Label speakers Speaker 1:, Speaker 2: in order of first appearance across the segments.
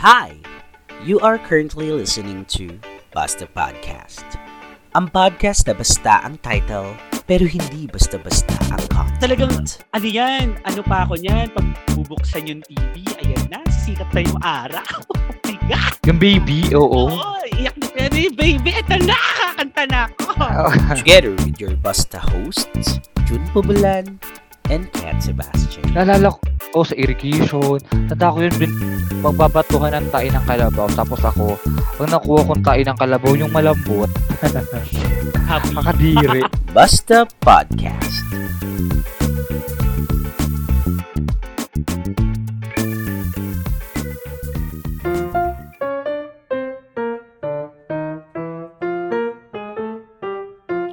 Speaker 1: Hi! You are currently listening to Basta Podcast. Ang podcast na basta ang title, pero hindi basta-basta ang content.
Speaker 2: talagang, ano yan, ano pa ako niyan, pag bubuksan yung TV, ayan na, sisikat na yung araw. Oh my God!
Speaker 3: Yung baby, oo.
Speaker 2: Oo, iyak na pero eh, baby, eto na, kakanta na ako.
Speaker 3: Ah,
Speaker 1: Together with your Basta hosts, Jun Pobulan and Kat Sebastian.
Speaker 3: Naalala ko, oh, sa irrigation, tanda ko yun, bin, magbabatuhan ng tae ng kalabaw. Tapos ako, pag nakuha kong tae ng kalabaw, yung malambot,
Speaker 2: Happy.
Speaker 3: kakadiri.
Speaker 1: Basta Podcast.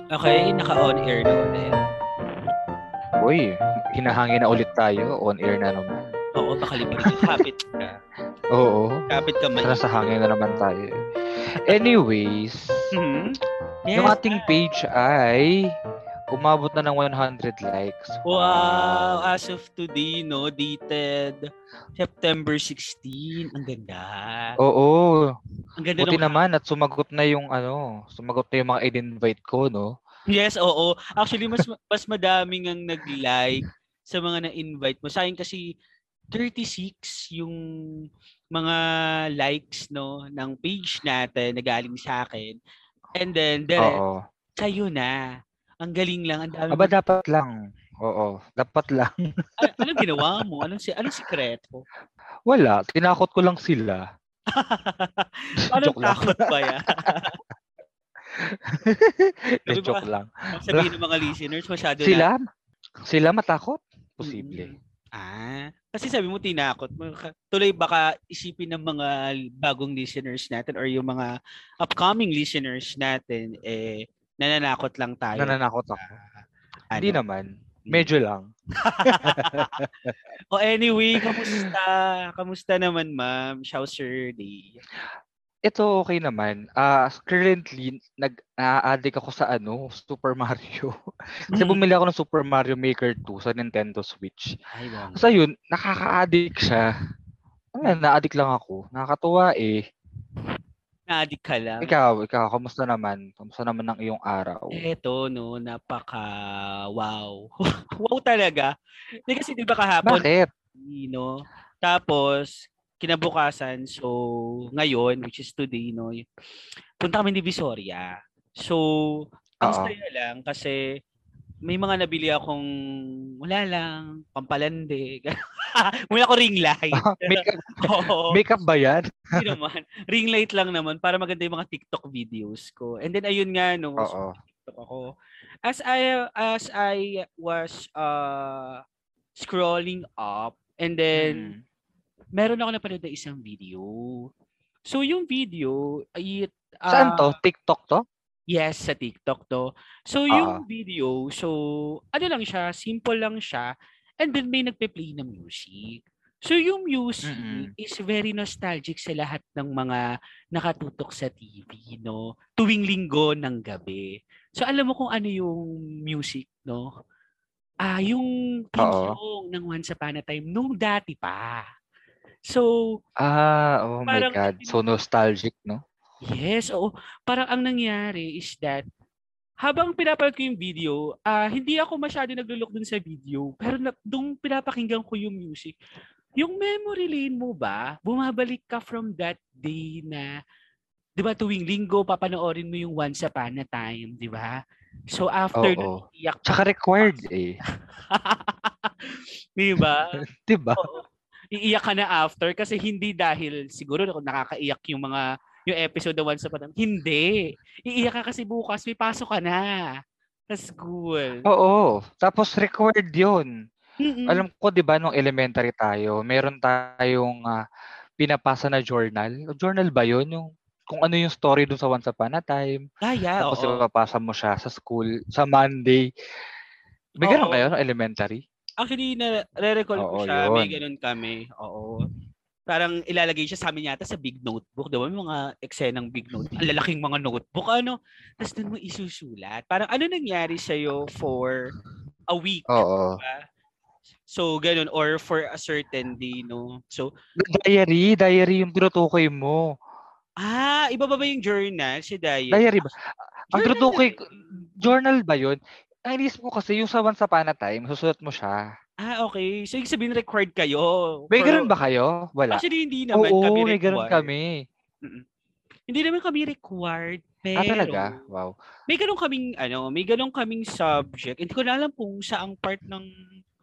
Speaker 2: Okay, naka-on air na ulit.
Speaker 3: Uy, hinahangin na ulit tayo, on air na naman.
Speaker 2: Oo, baka libre yung kapit ka.
Speaker 3: Oo,
Speaker 2: Kapit ka man.
Speaker 3: tara sa hangin na naman tayo. Anyways,
Speaker 2: Hmm? Yes.
Speaker 3: yung ating page ay umabot na ng 100 likes.
Speaker 2: Wow, as of today, no, dated September 16. Ang ganda.
Speaker 3: Oo,
Speaker 2: Ang ganda
Speaker 3: buti
Speaker 2: ng-
Speaker 3: naman at sumagot na yung ano, sumagot na yung mga in-invite ko, no?
Speaker 2: Yes, oo. Actually, mas mas madaming ang nag-like sa mga na-invite mo. Sa akin kasi 36 yung mga likes no ng page natin na galing sa akin. And then the rest,
Speaker 3: Oo.
Speaker 2: sa'yo na. Ang galing lang, ang dami.
Speaker 3: Aba,
Speaker 2: mong-
Speaker 3: dapat lang. Oo, dapat lang.
Speaker 2: A- anong ginawa mo? Anong si anong sikreto?
Speaker 3: Wala, tinakot ko lang sila.
Speaker 2: Anong
Speaker 3: Joke lang.
Speaker 2: takot ba yan?
Speaker 3: Eh,
Speaker 2: Sabi mo
Speaker 3: joke lang.
Speaker 2: Sabihin ng mga listeners, masyado na.
Speaker 3: Sila? Sila matakot?
Speaker 2: Mm.
Speaker 3: Posible.
Speaker 2: Ah, kasi sabi mo tinakot mo. Ka- Tuloy baka isipin ng mga bagong listeners natin or yung mga upcoming listeners natin eh nananakot lang tayo.
Speaker 3: Nananakot ako.
Speaker 2: Ano?
Speaker 3: Hindi naman. Medyo lang.
Speaker 2: O anyway, kamusta? kamusta naman, ma'am? How's your day?
Speaker 3: Ito okay naman. Ah, currently, nag addict ako sa ano, Super Mario. Kasi
Speaker 2: Mm.
Speaker 3: bumili ako ng Super Mario Maker 2 sa Nintendo Switch.
Speaker 2: Ay, wow.
Speaker 3: So yun, nakaka-addict siya. Ayan, na-addict lang ako. Nakakatuwa eh.
Speaker 2: Na-addict ka lang.
Speaker 3: Ikaw, ikaw, kamusta naman? Kamusta naman ang iyong araw?
Speaker 2: Eto, no, napaka wow. wow talaga. Hindi kasi di ba kahapon
Speaker 3: Ah, Bakit?
Speaker 2: no? Tapos, kinabukasan, so, ngayon, which is today, no, y- punta kami ni Visoria. So, ang
Speaker 3: Oo.
Speaker 2: saya lang kasi may mga nabili akong, wala lang, pampalande. wala ko ring light.
Speaker 3: Makeup,
Speaker 2: Oo,
Speaker 3: makeup ba yan?
Speaker 2: hindi naman. Ring light lang naman para maganda yung mga TikTok videos ko. And then, ayun nga, no, so,
Speaker 3: Oo.
Speaker 2: TikTok ako. As I as I was uh scrolling up and then
Speaker 3: Mm.
Speaker 2: meron ako napanood na isang video. So yung video it ah,
Speaker 3: Hmm. Saan to? TikTok to?
Speaker 2: Yes, sa TikTok to.
Speaker 3: Ah.
Speaker 2: So yung video, so ano lang siya, simple lang siya and then may nagpe-play na music. So yung music
Speaker 3: Mm-mm.
Speaker 2: is very nostalgic sa lahat ng mga nakatutok sa TV, no? Tuwing linggo ng gabi. So alam mo kung ano yung music, no? Ah, yung theme
Speaker 3: Oo.
Speaker 2: song ng Once Upon a Time nung dati pa. So,
Speaker 3: Ah, oh my
Speaker 2: Parang-
Speaker 3: God. So nostalgic, no?
Speaker 2: Yes, oo. Parang ang nangyari is that habang pinapanood ko yung video, ah, hindi ako masyado naglulok dun sa video. Pero na, dung pinapakinggan ko yung music, yung memory lane mo ba, bumabalik ka from that day na, di ba tuwing linggo, papanoorin mo yung Once Upon a Time, di ba? So after,
Speaker 3: Oo.
Speaker 2: nun, iyak ka.
Speaker 3: Tsaka required
Speaker 2: Ah.
Speaker 3: eh.
Speaker 2: di ba?
Speaker 3: Diba?
Speaker 2: Oo. Iiyak ka na after kasi hindi dahil siguro nak- nakakaiyak yung mga yung episode na once upon a Hindi. Iiyak ka kasi bukas may pasok ka na sa school.
Speaker 3: Oo. Tapos required yun.
Speaker 2: Mm-mm.
Speaker 3: Oh, Alam ko, di ba, nung elementary tayo, meron tayong ah, pinapasa na journal. Journal ba yun? Yung kung ano yung story dun sa Once Upon a Time.
Speaker 2: ah, yeah,
Speaker 3: Tapos
Speaker 2: oo.
Speaker 3: ipapasa mo siya sa school sa Monday. May ganun
Speaker 2: Oo.
Speaker 3: kayo no, elementary?
Speaker 2: Actually, na recall ko
Speaker 3: Oo,
Speaker 2: siya. May
Speaker 3: yun.
Speaker 2: ganun kami. Oo. Parang ilalagay siya sa amin yata sa big notebook. Diba? May mga eksenang big notebook. Ang lalaking mga notebook. Ano? Tapos dun mo isusulat. Parang ano nangyari sa'yo for a week?
Speaker 3: Oo.
Speaker 2: Diba? So, ganun. Or for a certain day, no? So,
Speaker 3: Diary, diary yung tinutukoy mo.
Speaker 2: ah, iba ba ba yung journal? Si Diary.
Speaker 3: Diary ba? Ang
Speaker 2: Journal
Speaker 3: tinutukoy,
Speaker 2: eh.
Speaker 3: journal ba yun? Ang inis mo kasi yung sa once upon a time, susulat mo siya.
Speaker 2: Ah, okay. So, ibig sabihin required kayo.
Speaker 3: eh. May
Speaker 2: For-
Speaker 3: ganun ba kayo? Wala.
Speaker 2: Actually, hindi naman
Speaker 3: Oo,
Speaker 2: kami
Speaker 3: may
Speaker 2: required.
Speaker 3: ganun kami.
Speaker 2: Hindi naman kami required. Pero,
Speaker 3: Ah, talaga? Wow.
Speaker 2: May ganun kaming, ano, may ganun kaming subject. Hindi ko na alam kung saang part ng,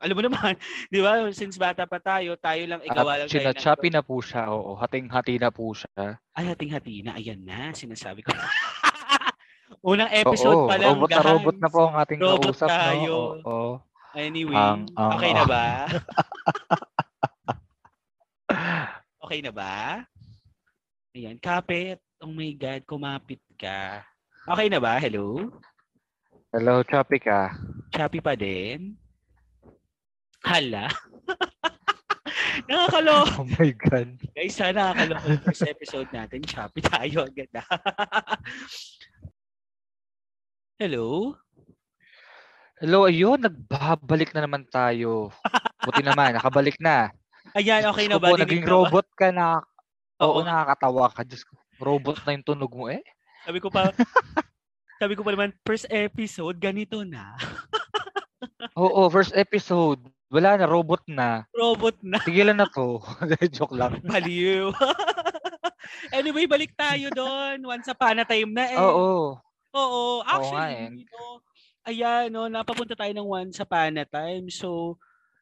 Speaker 2: alam mo naman, di ba? Since bata pa tayo, tayo lang, ikaw lang tayo. ng-
Speaker 3: Chinachapi Ah, na po siya. Oo, hating-hati na po siya.
Speaker 2: Ay, hating-hati na. Ayan na, sinasabi ko. Unang episode
Speaker 3: Oo,
Speaker 2: pa lang,
Speaker 3: robot na
Speaker 2: guys.
Speaker 3: robot na po ang ating
Speaker 2: Robot
Speaker 3: kausap.
Speaker 2: tayo.
Speaker 3: No? Oo, oo.
Speaker 2: Anyway,
Speaker 3: Ang- ang-
Speaker 2: okay na ba? okay na ba? Ayan, kapit. Oh my God, kumapit ka. Okay na ba? Hello?
Speaker 3: Hello, Chappy ka.
Speaker 2: Choppy pa din? Hala. Nakakalo.
Speaker 3: Oh my God.
Speaker 2: Guys, sana nakakaloko yung first episode natin. Choppy tayo agad. na. Hello?
Speaker 3: Hello, ayun, nagbabalik na naman tayo. Buti naman, nakabalik na.
Speaker 2: Ayan, okay na
Speaker 3: Diyos ko
Speaker 2: ba?
Speaker 3: po,
Speaker 2: Dinig
Speaker 3: naging
Speaker 2: na ba?
Speaker 3: robot ka na.
Speaker 2: Oo,
Speaker 3: Oo, nakakatawa ka. Diyos ko, robot na yung tunog mo eh.
Speaker 2: sabi ko pa, sabi ko pa naman, first episode, ganito na.
Speaker 3: Oo, first episode. Wala na, robot na.
Speaker 2: Robot na.
Speaker 3: Tigilan na to. Joke lang.
Speaker 2: Baliw. anyway, balik tayo doon. Once upon a time na eh.
Speaker 3: Oo.
Speaker 2: Oo,
Speaker 3: nga eh.
Speaker 2: actually, no, ayan, no, napapunta tayo ng once upon a time. So,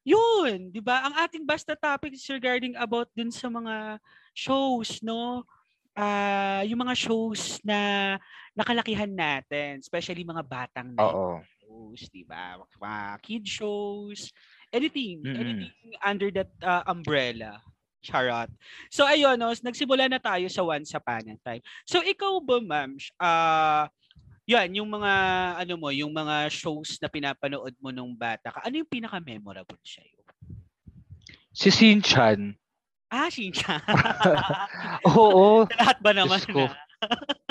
Speaker 2: yun, di ba? Ang ating basta topic is regarding about dun sa mga shows, no? ah yung mga shows na nakalakihan natin, especially mga batang night
Speaker 3: Oo.
Speaker 2: shows, di ba? Mga kid shows, anything,
Speaker 3: Mm-mm.
Speaker 2: anything under that uh, umbrella. Charot. So ayun, no, nagsimula na tayo sa Once Upon a Time. So ikaw ba, ma'am, sh- ah yan, yung mga, ano mo, yung mga shows na pinapanood mo nung bata ka, ano yung pinaka-memorable sa'yo?
Speaker 3: Si Sinchan.
Speaker 2: Ah, Shinchan.
Speaker 3: Oo.
Speaker 2: Lahat ba naman?
Speaker 3: Diyos ko.
Speaker 2: Na?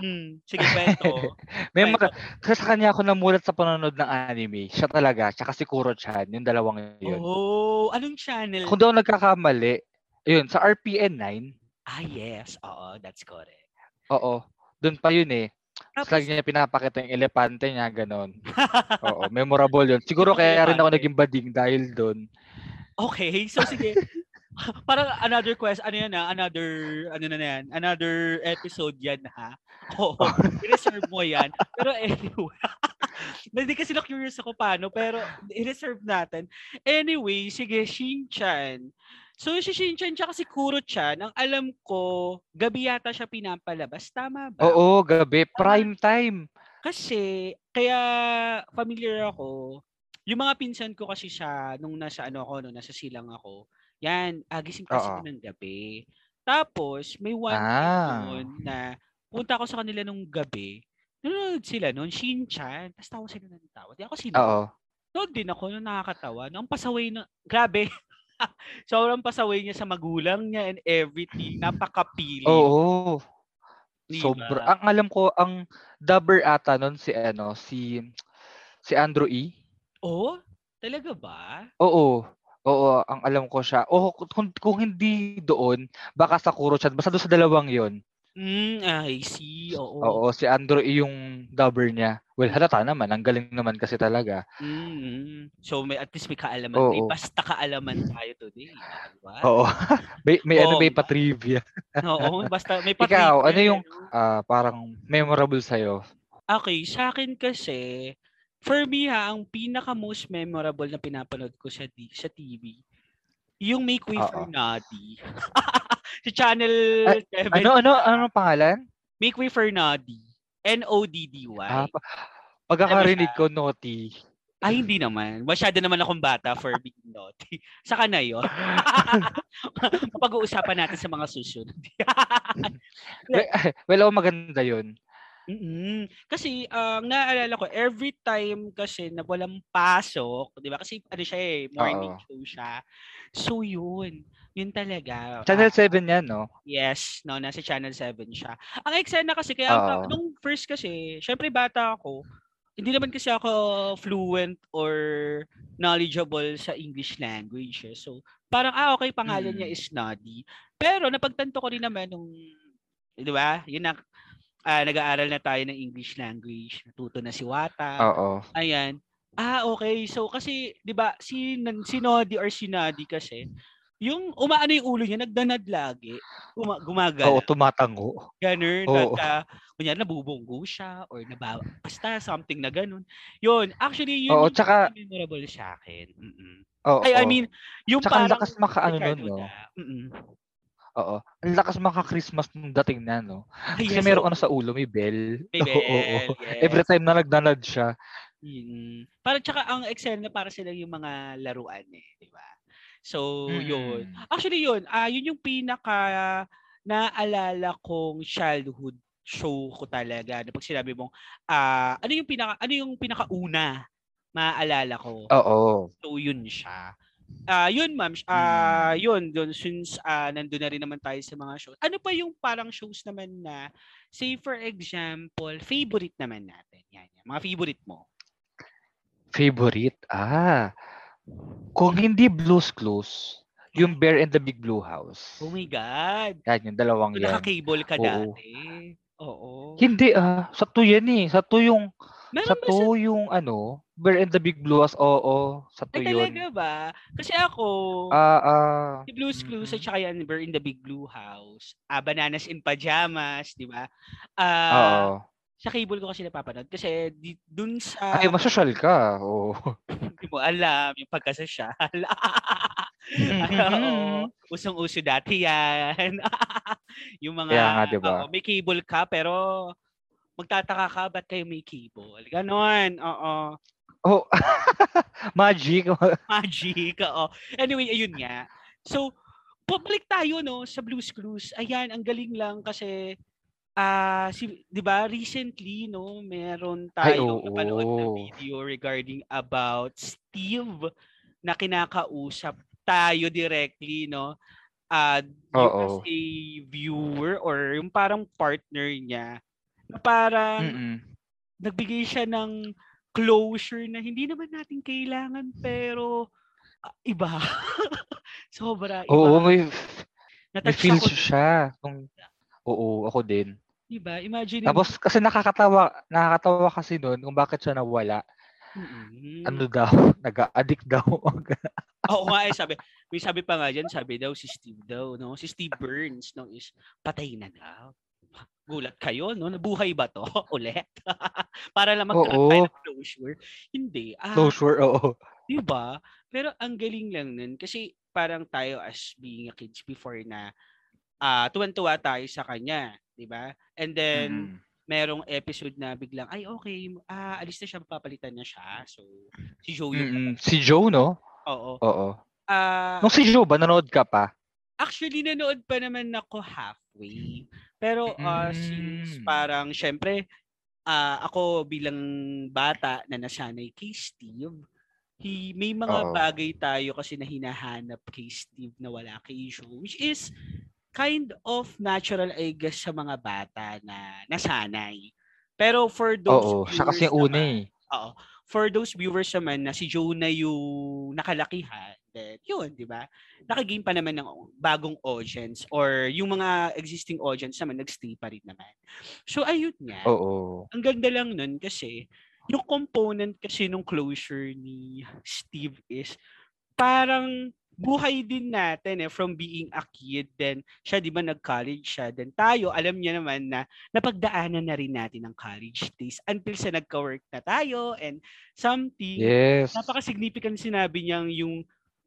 Speaker 2: mm, sige, kwento.
Speaker 3: May mga, kasi sa kanya ako namulat sa panonood ng anime. Siya talaga. Tsaka si Kuro-chan. Yung dalawang yun.
Speaker 2: Oh, anong channel?
Speaker 3: Kung daw nagkakamali, ayun, sa RPN 9,
Speaker 2: Ah, yes. Oo, that's correct.
Speaker 3: oo, doon pa yun eh. Tapos
Speaker 2: Tapos,
Speaker 3: lagi niya pinapakita yung elepante niya, ganon. Oo, memorable yun. Siguro
Speaker 2: Yung
Speaker 3: kaya rin ako
Speaker 2: elepante.
Speaker 3: naging bading dahil doon.
Speaker 2: Okay, so sige. Parang another quest, ano yan ha? Another, ano na yan? Another episode yan ha? Oo, i-reserve mo yan. Pero anyway, hindi kasi na-curious ako paano, pero i-reserve natin. Anyway, sige, Shinchan. So si Shinchan tsaka si Kuro-chan, ang alam ko, gabi yata siya pinapalabas. Tama ba?
Speaker 3: Oo, gabi. Prime time.
Speaker 2: Kasi, kaya familiar ako, yung mga pinsan ko kasi siya, nung nasa ano ako, nung nasa silang ako, yan, agising kasi ko
Speaker 3: Oo.
Speaker 2: ng gabi. Tapos, may one
Speaker 3: Ah.
Speaker 2: time noon na punta ako sa kanila nung gabi, nanonood sila noon, Shinchan, tapos tawa sila ng tawa. Di ako sila.
Speaker 3: Oo.
Speaker 2: Noon din ako, nung nakakatawa. no, Ang pasaway na, grabe. Sobrang pasaway niya sa magulang niya and everything. Napakapili.
Speaker 3: Oo.
Speaker 2: Diba?
Speaker 3: Sobra. Ang alam ko, ang dubber ata nun si ano, si si Andrew E.
Speaker 2: Oh, talaga ba?
Speaker 3: Oo. Oo, ang alam ko siya. Oo, kung, kung hindi doon, baka sa Kuro Chan. Basta doon sa dalawang yon.
Speaker 2: Mm, I see. Oo.
Speaker 3: Oo, si Andrew E yung dubber niya. Well, halata naman. Ang galing naman kasi talaga.
Speaker 2: Mm. So may at least may kaalaman, may
Speaker 3: Oo.
Speaker 2: basta kaalaman tayo today, di ba?
Speaker 3: Oo. may, may ano,
Speaker 2: Oo
Speaker 3: may
Speaker 2: nga.
Speaker 3: patrivia.
Speaker 2: Oo, basta may
Speaker 3: Ikaw,
Speaker 2: patrigger,
Speaker 3: ano yung-
Speaker 2: no?
Speaker 3: Ah, parang memorable sa'yo.
Speaker 2: Okay, sa akin kasi for me ha, ang pinaka most memorable na pinapanood ko sa di- sa TV, yung Make Way for
Speaker 3: Oo.
Speaker 2: Noddy. sa channel 7,
Speaker 3: Ano, ano, ano ang pangalan?
Speaker 2: Make Way for Noddy. N-O-D-D-Y.
Speaker 3: Ah, pa- pagkakarinig ko, Noti.
Speaker 2: Ay, hindi naman. Masyado naman akong bata for being naughty. Saka na yun. Pag-uusapan natin sa mga susunod.
Speaker 3: Well, oh, maganda yun.
Speaker 2: mm Kasi ang naaalala ko every time kasi na walang pasok, 'di ba? Kasi ano siya eh, morning
Speaker 3: Oo.
Speaker 2: show siya. So yun, yun talaga.
Speaker 3: Channel
Speaker 2: Ah,
Speaker 3: 7 yan, no?
Speaker 2: yes, no, nasa channel 7 siya. Ang eksena kasi kaya ang ta-
Speaker 3: Oo.
Speaker 2: nung first kasi, syempre bata ako, hindi naman kasi ako fluent or knowledgeable sa English language. Eh. So, parang, ah, okay, pangalan
Speaker 3: Mm.
Speaker 2: niya is Noddy. Pero, napagtanto ko rin naman nung, di ba, yun na, ah, nag-aaral na tayo ng English language. Natuto na si Wata.
Speaker 3: Oo.
Speaker 2: Ayan. Ah, okay. So, kasi, di ba, si, Nan- si Noddy or si Nadi kasi, yung umaano yung ulo niya, nagdanad lagi, guma, gumagala.
Speaker 3: Oo, tumatango.
Speaker 2: Ganun.
Speaker 3: Oo.
Speaker 2: At, uh, kunyari, nabubunggo siya or nabawa. Basta something na ganun. Yun. Actually, yun
Speaker 3: Oo,
Speaker 2: yung
Speaker 3: tsaka-
Speaker 2: pinaka memorable sa akin. Mm-mm.
Speaker 3: Oo.
Speaker 2: Ay, I mean, yung
Speaker 3: Tsaka ang
Speaker 2: parang...
Speaker 3: lakas makaano
Speaker 2: Ricardo
Speaker 3: nun, no?
Speaker 2: na, Mm-mm.
Speaker 3: oo. Ang lakas maka-Christmas nung dating na, no?
Speaker 2: Ay,
Speaker 3: Kasi
Speaker 2: yes,
Speaker 3: meron
Speaker 2: oo.
Speaker 3: ano sa ulo, may bell.
Speaker 2: May bell, yes.
Speaker 3: Every time na nagdanad siya.
Speaker 2: Mm. Parang tsaka ang Excel na para sila yung mga laruan eh, di ba? So, yun.
Speaker 3: Mm.
Speaker 2: Actually yun, ah yun yung pinaka naalala kong childhood show ko talaga. Na pag sinabi mong ah ano yung pinaka ano yung pinakauna maaalala ko.
Speaker 3: Oo.
Speaker 2: So yun siya. Ah yun ma'am,
Speaker 3: Hmm.
Speaker 2: ah yun, yun since ah nandun na rin naman tayo sa mga shows. Ano pa yung parang shows naman na say for example, favorite naman natin. Yan, yan. Mga favorite mo.
Speaker 3: Favorite? Ah. Kung hindi Blue's Clues, yung Bear and the Big Blue House.
Speaker 2: Oh my god.
Speaker 3: Yan, yung dalawang
Speaker 2: So,
Speaker 3: yan.
Speaker 2: naka-cable ka
Speaker 3: Oo.
Speaker 2: dati. Oo.
Speaker 3: Hindi ah, sa to yan eh. Sa to yung,
Speaker 2: Meron
Speaker 3: sa
Speaker 2: Ano ba siya?
Speaker 3: to yung ano, Bear and the Big Blue House, oo. Sa to
Speaker 2: Ay,
Speaker 3: yun.
Speaker 2: talaga ba? Kasi ako,
Speaker 3: Ah, ah.
Speaker 2: si Blue's Clues at
Speaker 3: mhm.
Speaker 2: saka yan, We're in the Big Blue House, ah, Bananas in Pajamas, di ba? Ah,
Speaker 3: oo.
Speaker 2: Sa cable ko kasi napapanood. Kasi di, dun sa,
Speaker 3: Ay, masosyal ka. Oo.
Speaker 2: hindi mo alam, yung pagkasosyal. Oo, usong-uso dati yan. yung mga,
Speaker 3: Kaya nga, di ba?
Speaker 2: oo, may cable ka, pero magtataka ka, ba't kayo may cable? Ganon, oo.
Speaker 3: Oh, magic.
Speaker 2: Magic, oo. Anyway, ayun nga. So, public tayo, no, sa Blues Clues. Ayan, ang galing lang kasi, ah, si, di ba, recently, no, meron
Speaker 3: Ay,
Speaker 2: tayong
Speaker 3: oo.
Speaker 2: napanood na video regarding about Steve na kinakausap tayo directly, no, ah, yung
Speaker 3: Oo.
Speaker 2: as a viewer or yung parang partner niya na parang
Speaker 3: Mm-mm.
Speaker 2: nagbigay siya ng closure na hindi naman natin kailangan pero ah, iba. Sobra iba.
Speaker 3: Oo, may, may
Speaker 2: Natouch
Speaker 3: feels
Speaker 2: Diba? ako,
Speaker 3: siya. Nung, oo, ako din.
Speaker 2: Diba? Imagine
Speaker 3: Tapos kasi nakakatawa, nakakatawa kasi noon kung bakit siya nawala.
Speaker 2: Mm-mm.
Speaker 3: Ano daw, nag-addict daw.
Speaker 2: Oo nga eh, sabi. May sabi pa nga dyan, sabi daw si Steve daw, no? Si Steve Burns, no? Is patay na daw. Gulat kayo, no? Nabuhay ba to? Ulit? Para lang magkaroon
Speaker 3: Oo.
Speaker 2: tayo ng closure. Hindi. Ah,
Speaker 3: Closure, oo.
Speaker 2: Di ba? Pero ang galing lang nun kasi parang tayo as being a kids before na ah tuwan-tuwa tayo sa kanya, di ba? And then
Speaker 3: Mm-mm.
Speaker 2: merong episode na biglang ay okay, ah alis na siya, papalitan na siya. So si Joey,
Speaker 3: Mm-mm. Mm-hmm. Si Joe, no?
Speaker 2: oo.
Speaker 3: Oo.
Speaker 2: Ah,
Speaker 3: Nung si Joe ba, nanood ka pa?
Speaker 2: actually nanood pa naman ako halfway. Pero ah, since
Speaker 3: Mm.
Speaker 2: parang syempre ah, ako bilang bata na nasanay kay Steve, he, may mga
Speaker 3: Oo.
Speaker 2: bagay tayo kasi na hinahanap kay Steve na wala kay Joe, which is kind of natural I guess sa mga bata na nasanay. Pero for those
Speaker 3: Oo. Siya kasi
Speaker 2: viewers
Speaker 3: yung una
Speaker 2: naman-
Speaker 3: eh.
Speaker 2: Oo. For those viewers naman na si Joe na yung nakalakihan, then yun, di ba? Nakagain pa naman ng bagong audience or yung mga existing audience naman nagstay pa rin naman. So ayun nga.
Speaker 3: Oo.
Speaker 2: Ang ganda lang nun kasi yung component kasi nung closure ni Steve is parang buhay din natin eh from being a kid then siya di ba nag-college siya then tayo alam niya naman na napagdaanan na rin natin ang college days until sa nagka-work na tayo and something
Speaker 3: Yes.
Speaker 2: napaka-significant sinabi niyang yung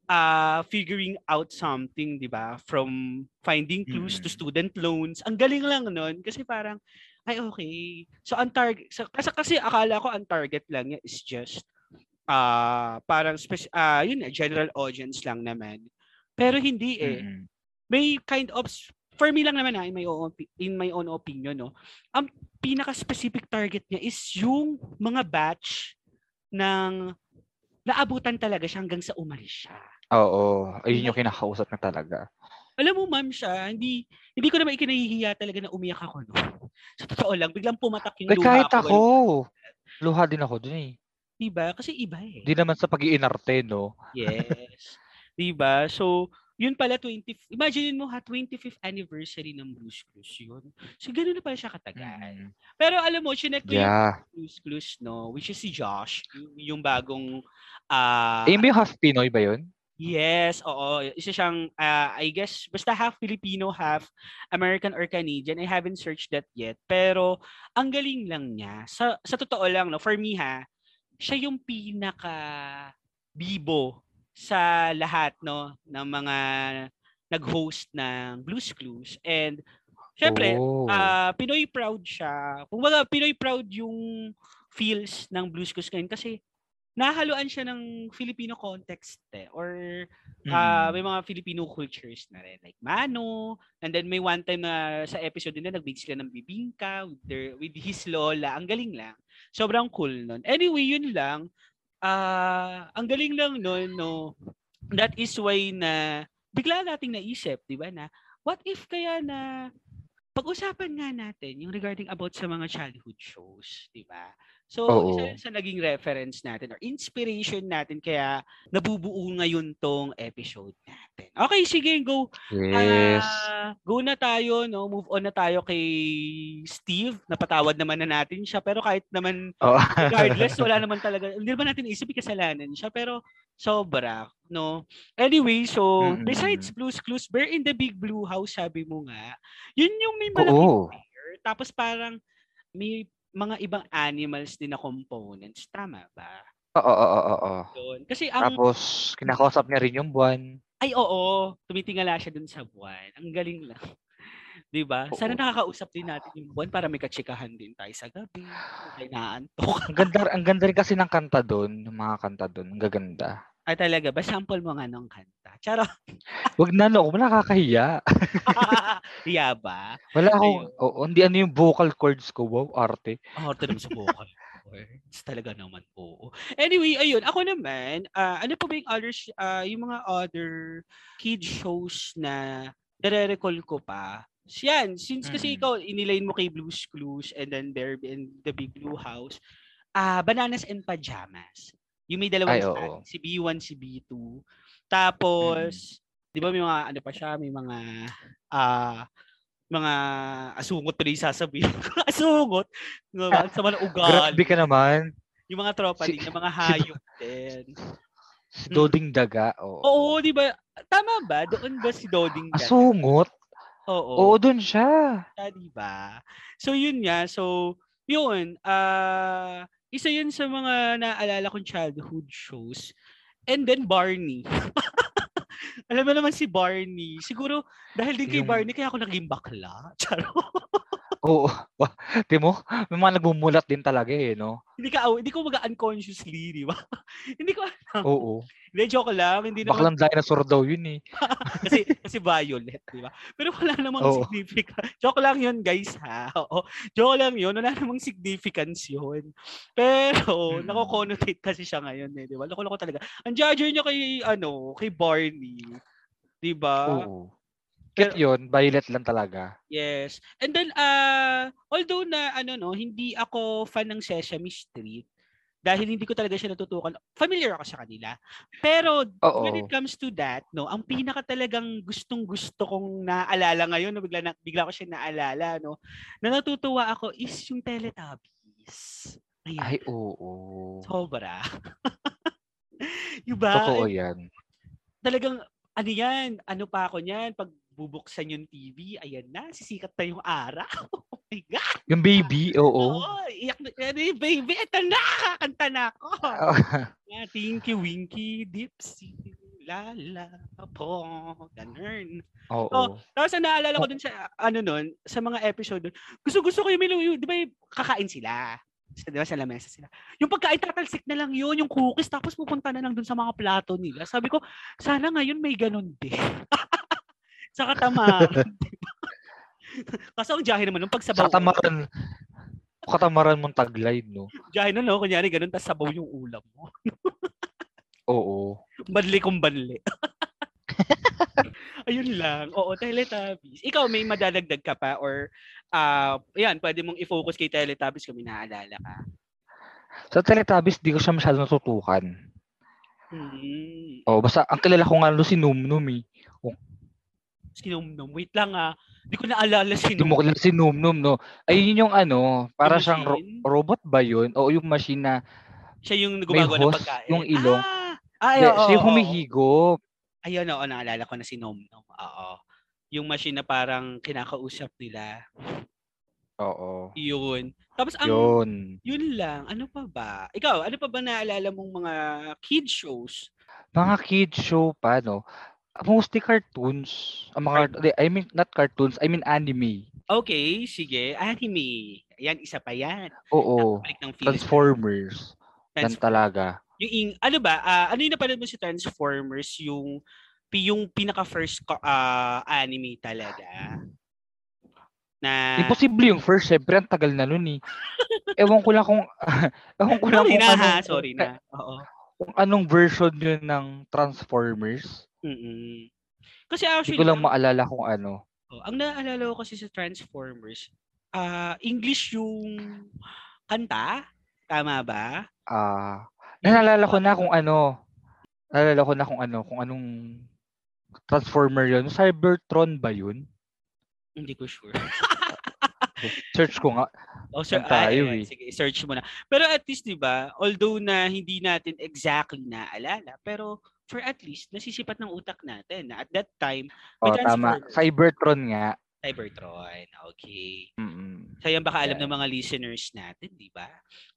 Speaker 2: ah, figuring out something, di ba? From finding clues to
Speaker 3: Mm.
Speaker 2: student loans. Ang galing lang nun kasi parang, ay okay. So, ang target, so, kasi, kasi akala ko ang target lang niya is just ah parang spec- ah yun na, general audience lang naman. Pero hindi eh
Speaker 3: Mm-mm.
Speaker 2: may kind of for me lang naman ha, in my own opi- in my own opinion no. Ang pinaka specific target niya is yung mga batch ng naabutan talaga siya hanggang sa umalis siya.
Speaker 3: Oo. Ayun yung kinakausap na talaga.
Speaker 2: Alam mo ma'am siya, hindi hindi ko naman ikinahihiya talaga na umiyak ako no. Sa totoo lang, biglang pumatak yung
Speaker 3: Eh, kahit
Speaker 2: ko.
Speaker 3: ako. Luha din ako dun eh.
Speaker 2: Diba? Kasi iba eh.
Speaker 3: Hindi naman sa pag iinarte no?
Speaker 2: Yes. 'Di ba? So, yun pala 20 Imagine mo ha 25th anniversary ng Blues Clues yun. So ganoon na pala siya katagal.
Speaker 3: Mm.
Speaker 2: Pero alam mo, chinek ko yung
Speaker 3: Yeah.
Speaker 2: Blues Clues no, which is si Josh, yung, yung bagong ah
Speaker 3: Amy Eh, half Pinoy ba yun?
Speaker 2: yes, oo, isa siyang ah, I guess basta half Filipino, half American or Canadian. I haven't searched that yet. Pero ang galing lang niya. Sa sa totoo lang no, for me ha, siya yung pinaka bibo sa lahat no ng mga nag-host ng Blues Clues and syempre
Speaker 3: Oh.
Speaker 2: ah, Pinoy proud siya. Kumbaga Pinoy proud yung feels ng Blues Clues ngayon kasi nahaluan siya ng Filipino context eh, or ah,
Speaker 3: Mm.
Speaker 2: may mga Filipino cultures na rin like Mano and then may one time na sa episode nila nag sila ng bibingka with, their, with his lola ang galing lang sobrang cool nun anyway yun lang ah ang galing lang nun no that is why na bigla nating naisip di ba na what if kaya na pag-usapan nga natin yung regarding about sa mga childhood shows di ba So,
Speaker 3: Oo.
Speaker 2: isa yun sa naging reference natin or inspiration natin kaya nabubuo ngayon tong episode natin. Okay, sige, go.
Speaker 3: Yes.
Speaker 2: Ah, go na tayo, no? Move on na tayo kay Steve. Napatawad naman na natin siya. Pero kahit naman,
Speaker 3: oh.
Speaker 2: regardless, wala naman talaga. Hindi naman natin isip kasalanan siya. Pero sobra, no? Anyway, so,
Speaker 3: Mm-mm.
Speaker 2: besides Blue's Clues, Bear in the Big Blue House, sabi mo nga, yun yung may malaking
Speaker 3: Oo.
Speaker 2: bear. Tapos parang may mga ibang animals din na components. Tama ba?
Speaker 3: Oo, oo, oo, oo.
Speaker 2: Yun. Kasi ang,
Speaker 3: Tapos, kinakausap niya rin yung buwan.
Speaker 2: ay oo, tumitingala siya dun sa buwan. Ang galing lang. 'Di ba? Sana
Speaker 3: Oo.
Speaker 2: nakakausap din natin yung buwan para may katsikahan din tayo sa gabi. Ay naantok.
Speaker 3: Ang ganda, ang ganda rin kasi ng kanta doon, ng mga kanta doon. Ang gaganda.
Speaker 2: Ay talaga, ba sample mo nga ng kanta. Charo.
Speaker 3: Wag na, no. Wala nakakahiya.
Speaker 2: Iya ba?
Speaker 3: Wala akong, oo, hindi ano yung vocal cords ko. Wow, arte.
Speaker 2: Oh, tanong sa vocal cords. Talaga naman, oo. Anyway, ayun. Ako naman, ah, ano pa ba yung other, sh- ah, yung mga other kid shows na nare-recall ko pa? So, Yan, since kasi
Speaker 3: Mm.
Speaker 2: ikaw, inilayin mo kay Blue's Clues and then Barbie and the Big Blue House, ah Bananas and Pajamas. Yung may dalawang
Speaker 3: Ay, oo.
Speaker 2: stand, si B1, si B2. Tapos, di ba may mga, ano pa siya, may mga, ah, mga asungot pa rin sasabihin ko. asungot? Nga ba? Ang Sama ng ugali.
Speaker 3: Grabe ka naman.
Speaker 2: Yung mga tropa
Speaker 3: Si-
Speaker 2: din, yung mga
Speaker 3: si-
Speaker 2: hayop din.
Speaker 3: Si Doding Daga. Oo.
Speaker 2: Mm. Oo, di ba? Tama ba? Doon ba si Doding? Gat?
Speaker 3: Asungot.
Speaker 2: Oo.
Speaker 3: Oo, doon siya.
Speaker 2: siya, di ba? So, yun nga. So, yun. ah isa yun sa mga naalala kong childhood shows. And then Barney. Alam mo naman si Barney. Siguro, dahil din kay
Speaker 3: Yung-
Speaker 2: Barney, kaya ako naging bakla. Charo.
Speaker 3: Oo. Wa- Di mo, may mga nagmumulat din talaga eh, no?
Speaker 2: hindi ka, hindi ko mag-unconsciously, di ba? hindi ko,
Speaker 3: Oo.
Speaker 2: hindi, joke lang. Hmm. Hindi naman
Speaker 3: Baklang dinosaur daw yun eh.
Speaker 2: kasi kasi violet, di ba? Pero wala namang
Speaker 3: Oo.
Speaker 2: significance. Joke lang 'yun, guys, ha. Oo. Joke lang 'yun, wala namang significance 'yun. Pero
Speaker 3: Mm.
Speaker 2: nako-connotate kasi siya ngayon, eh, di ba? Loko-loko talaga. Ang judger niya kay ano, kay Barney. Di ba?
Speaker 3: Oo.
Speaker 2: Ah. Pero-
Speaker 3: Kit yun, violet lang talaga.
Speaker 2: Yes. And then uh although na ano no, hindi ako fan ng Sesame Street dahil hindi ko talaga siya natutukan. Familiar ako sa kanila. Pero when
Speaker 3: Oo.
Speaker 2: it comes to that, no, ang pinaka talagang gustong-gusto kong naalala ngayon, no, bigla, na, bigla ko siya naalala, no, na natutuwa ako is yung Teletubbies. Ayan,
Speaker 3: Ay, oo.
Speaker 2: sobra. yung ba?
Speaker 3: Totoo yan.
Speaker 2: Talagang, ano yan, ano pa ako niyan, pag bubuksan yung TV, ayan na, sisikat na yung araw. Oh my God!
Speaker 3: Yung baby,
Speaker 2: Oo,
Speaker 3: oo.
Speaker 2: iyak na, ano yung baby, eto na, kakanta na ako. Yeah, Tinky Winky, Dipsy, Lala, po, ganun.
Speaker 3: Oo.
Speaker 2: Tapos ang naalala ko dun sa, ano nun, sa mga episode dun, gusto-gusto ko yung, minu- yung- di ba yung kakain sila? Sa, di ba sa lamesa sila? Yung pagkain, tatalsik na lang yun, yung cookies, tapos pupunta na lang dun sa mga plato nila. Sabi ko, sana ngayon may ganun din. sa katamaran, di ba? Kaso ang jahe naman, nung
Speaker 3: Sa
Speaker 2: pagsabaw,
Speaker 3: katamaran, katamaran mong taglide, no?
Speaker 2: jahe na, no? Kunyari, ganun, tapos sabaw yung ulam mo.
Speaker 3: Oo.
Speaker 2: Banli kong banli. Ayun lang. Oo, Teletubbies. Ikaw, may madadagdag ka pa? Or, ah, yan, pwede mong i-focus kay Teletubbies kung may naalala ka.
Speaker 3: Sa Teletubbies, di ko siya masyado natutukan.
Speaker 2: Hmm.
Speaker 3: O, basta ang kilala ko nga ano si Num Num eh.
Speaker 2: Sinumnum. Wait lang ah. Hindi ko naalala si
Speaker 3: Hindi mo kilala si Num Num, no? Ay, yun yung ano, para
Speaker 2: Yung
Speaker 3: siyang ro-
Speaker 2: machine?
Speaker 3: robot ba yun? O yung machine na
Speaker 2: Siya yung gumagawa ng
Speaker 3: host,
Speaker 2: pagkain.
Speaker 3: yung ilong.
Speaker 2: Ah! Ay,
Speaker 3: Hindi,
Speaker 2: oo,
Speaker 3: siya yung
Speaker 2: oo, oo.
Speaker 3: humihigop.
Speaker 2: Ayun, oo, naalala ko na si Nom Nom. Oo. Yung machine na parang kinakausap nila.
Speaker 3: Oo.
Speaker 2: Yun. Tapos ang, yun.
Speaker 3: Yun.
Speaker 2: lang. Ano pa ba? Ikaw, ano pa ba naalala mong mga kid shows?
Speaker 3: Mga
Speaker 2: Mm.
Speaker 3: kids show pa, no? Mostly cartoons. Ang mga, di, I mean, not cartoons, I mean anime.
Speaker 2: Okay, sige. Anime. Ayan, isa pa yan.
Speaker 3: Oo.
Speaker 2: Nakabalik ng feelings.
Speaker 3: Transformers. Yan
Speaker 2: Trans-
Speaker 3: talaga.
Speaker 2: yung, ing- ano ba? ah, ano yung napanood mo si Transformers? Yung pi- yung pinaka first ah, anime talaga. Na
Speaker 3: Imposible yung first, syempre, ang tagal na nun eh. Ewan ko lang kung, ewan ko lang
Speaker 2: Sorry
Speaker 3: kung,
Speaker 2: na
Speaker 3: ano
Speaker 2: ha,
Speaker 3: anong-
Speaker 2: sorry na. Oo.
Speaker 3: kung anong version yun ng Transformers.
Speaker 2: Mm-mm. Kasi
Speaker 3: Hindi
Speaker 2: actually,
Speaker 3: ko lang
Speaker 2: ang,
Speaker 3: maalala kung ano.
Speaker 2: oh, ang naaalala ko kasi sa Transformers, ah English yung kanta. Tama ba?
Speaker 3: Ah,
Speaker 2: Hmm.
Speaker 3: naalala ko na kung ano. Naalala ko na kung ano, kung anong Transformer yun. Cybertron ba yun?
Speaker 2: Hindi ko sure.
Speaker 3: Search ko nga.
Speaker 2: O, sir,
Speaker 3: Yan
Speaker 2: ah,
Speaker 3: tayo,
Speaker 2: ayan,
Speaker 3: eh.
Speaker 2: sige, search mo na. Pero at least, di ba, although na hindi natin exactly naalala, pero for at least, nasisipat ng utak natin na at that time, May
Speaker 3: O, Oh, tama.
Speaker 2: Transformer.
Speaker 3: Cybertron nga.
Speaker 2: Cybertron, okay.
Speaker 3: Mm-mm.
Speaker 2: So yan baka alam ng mga listeners natin, di ba?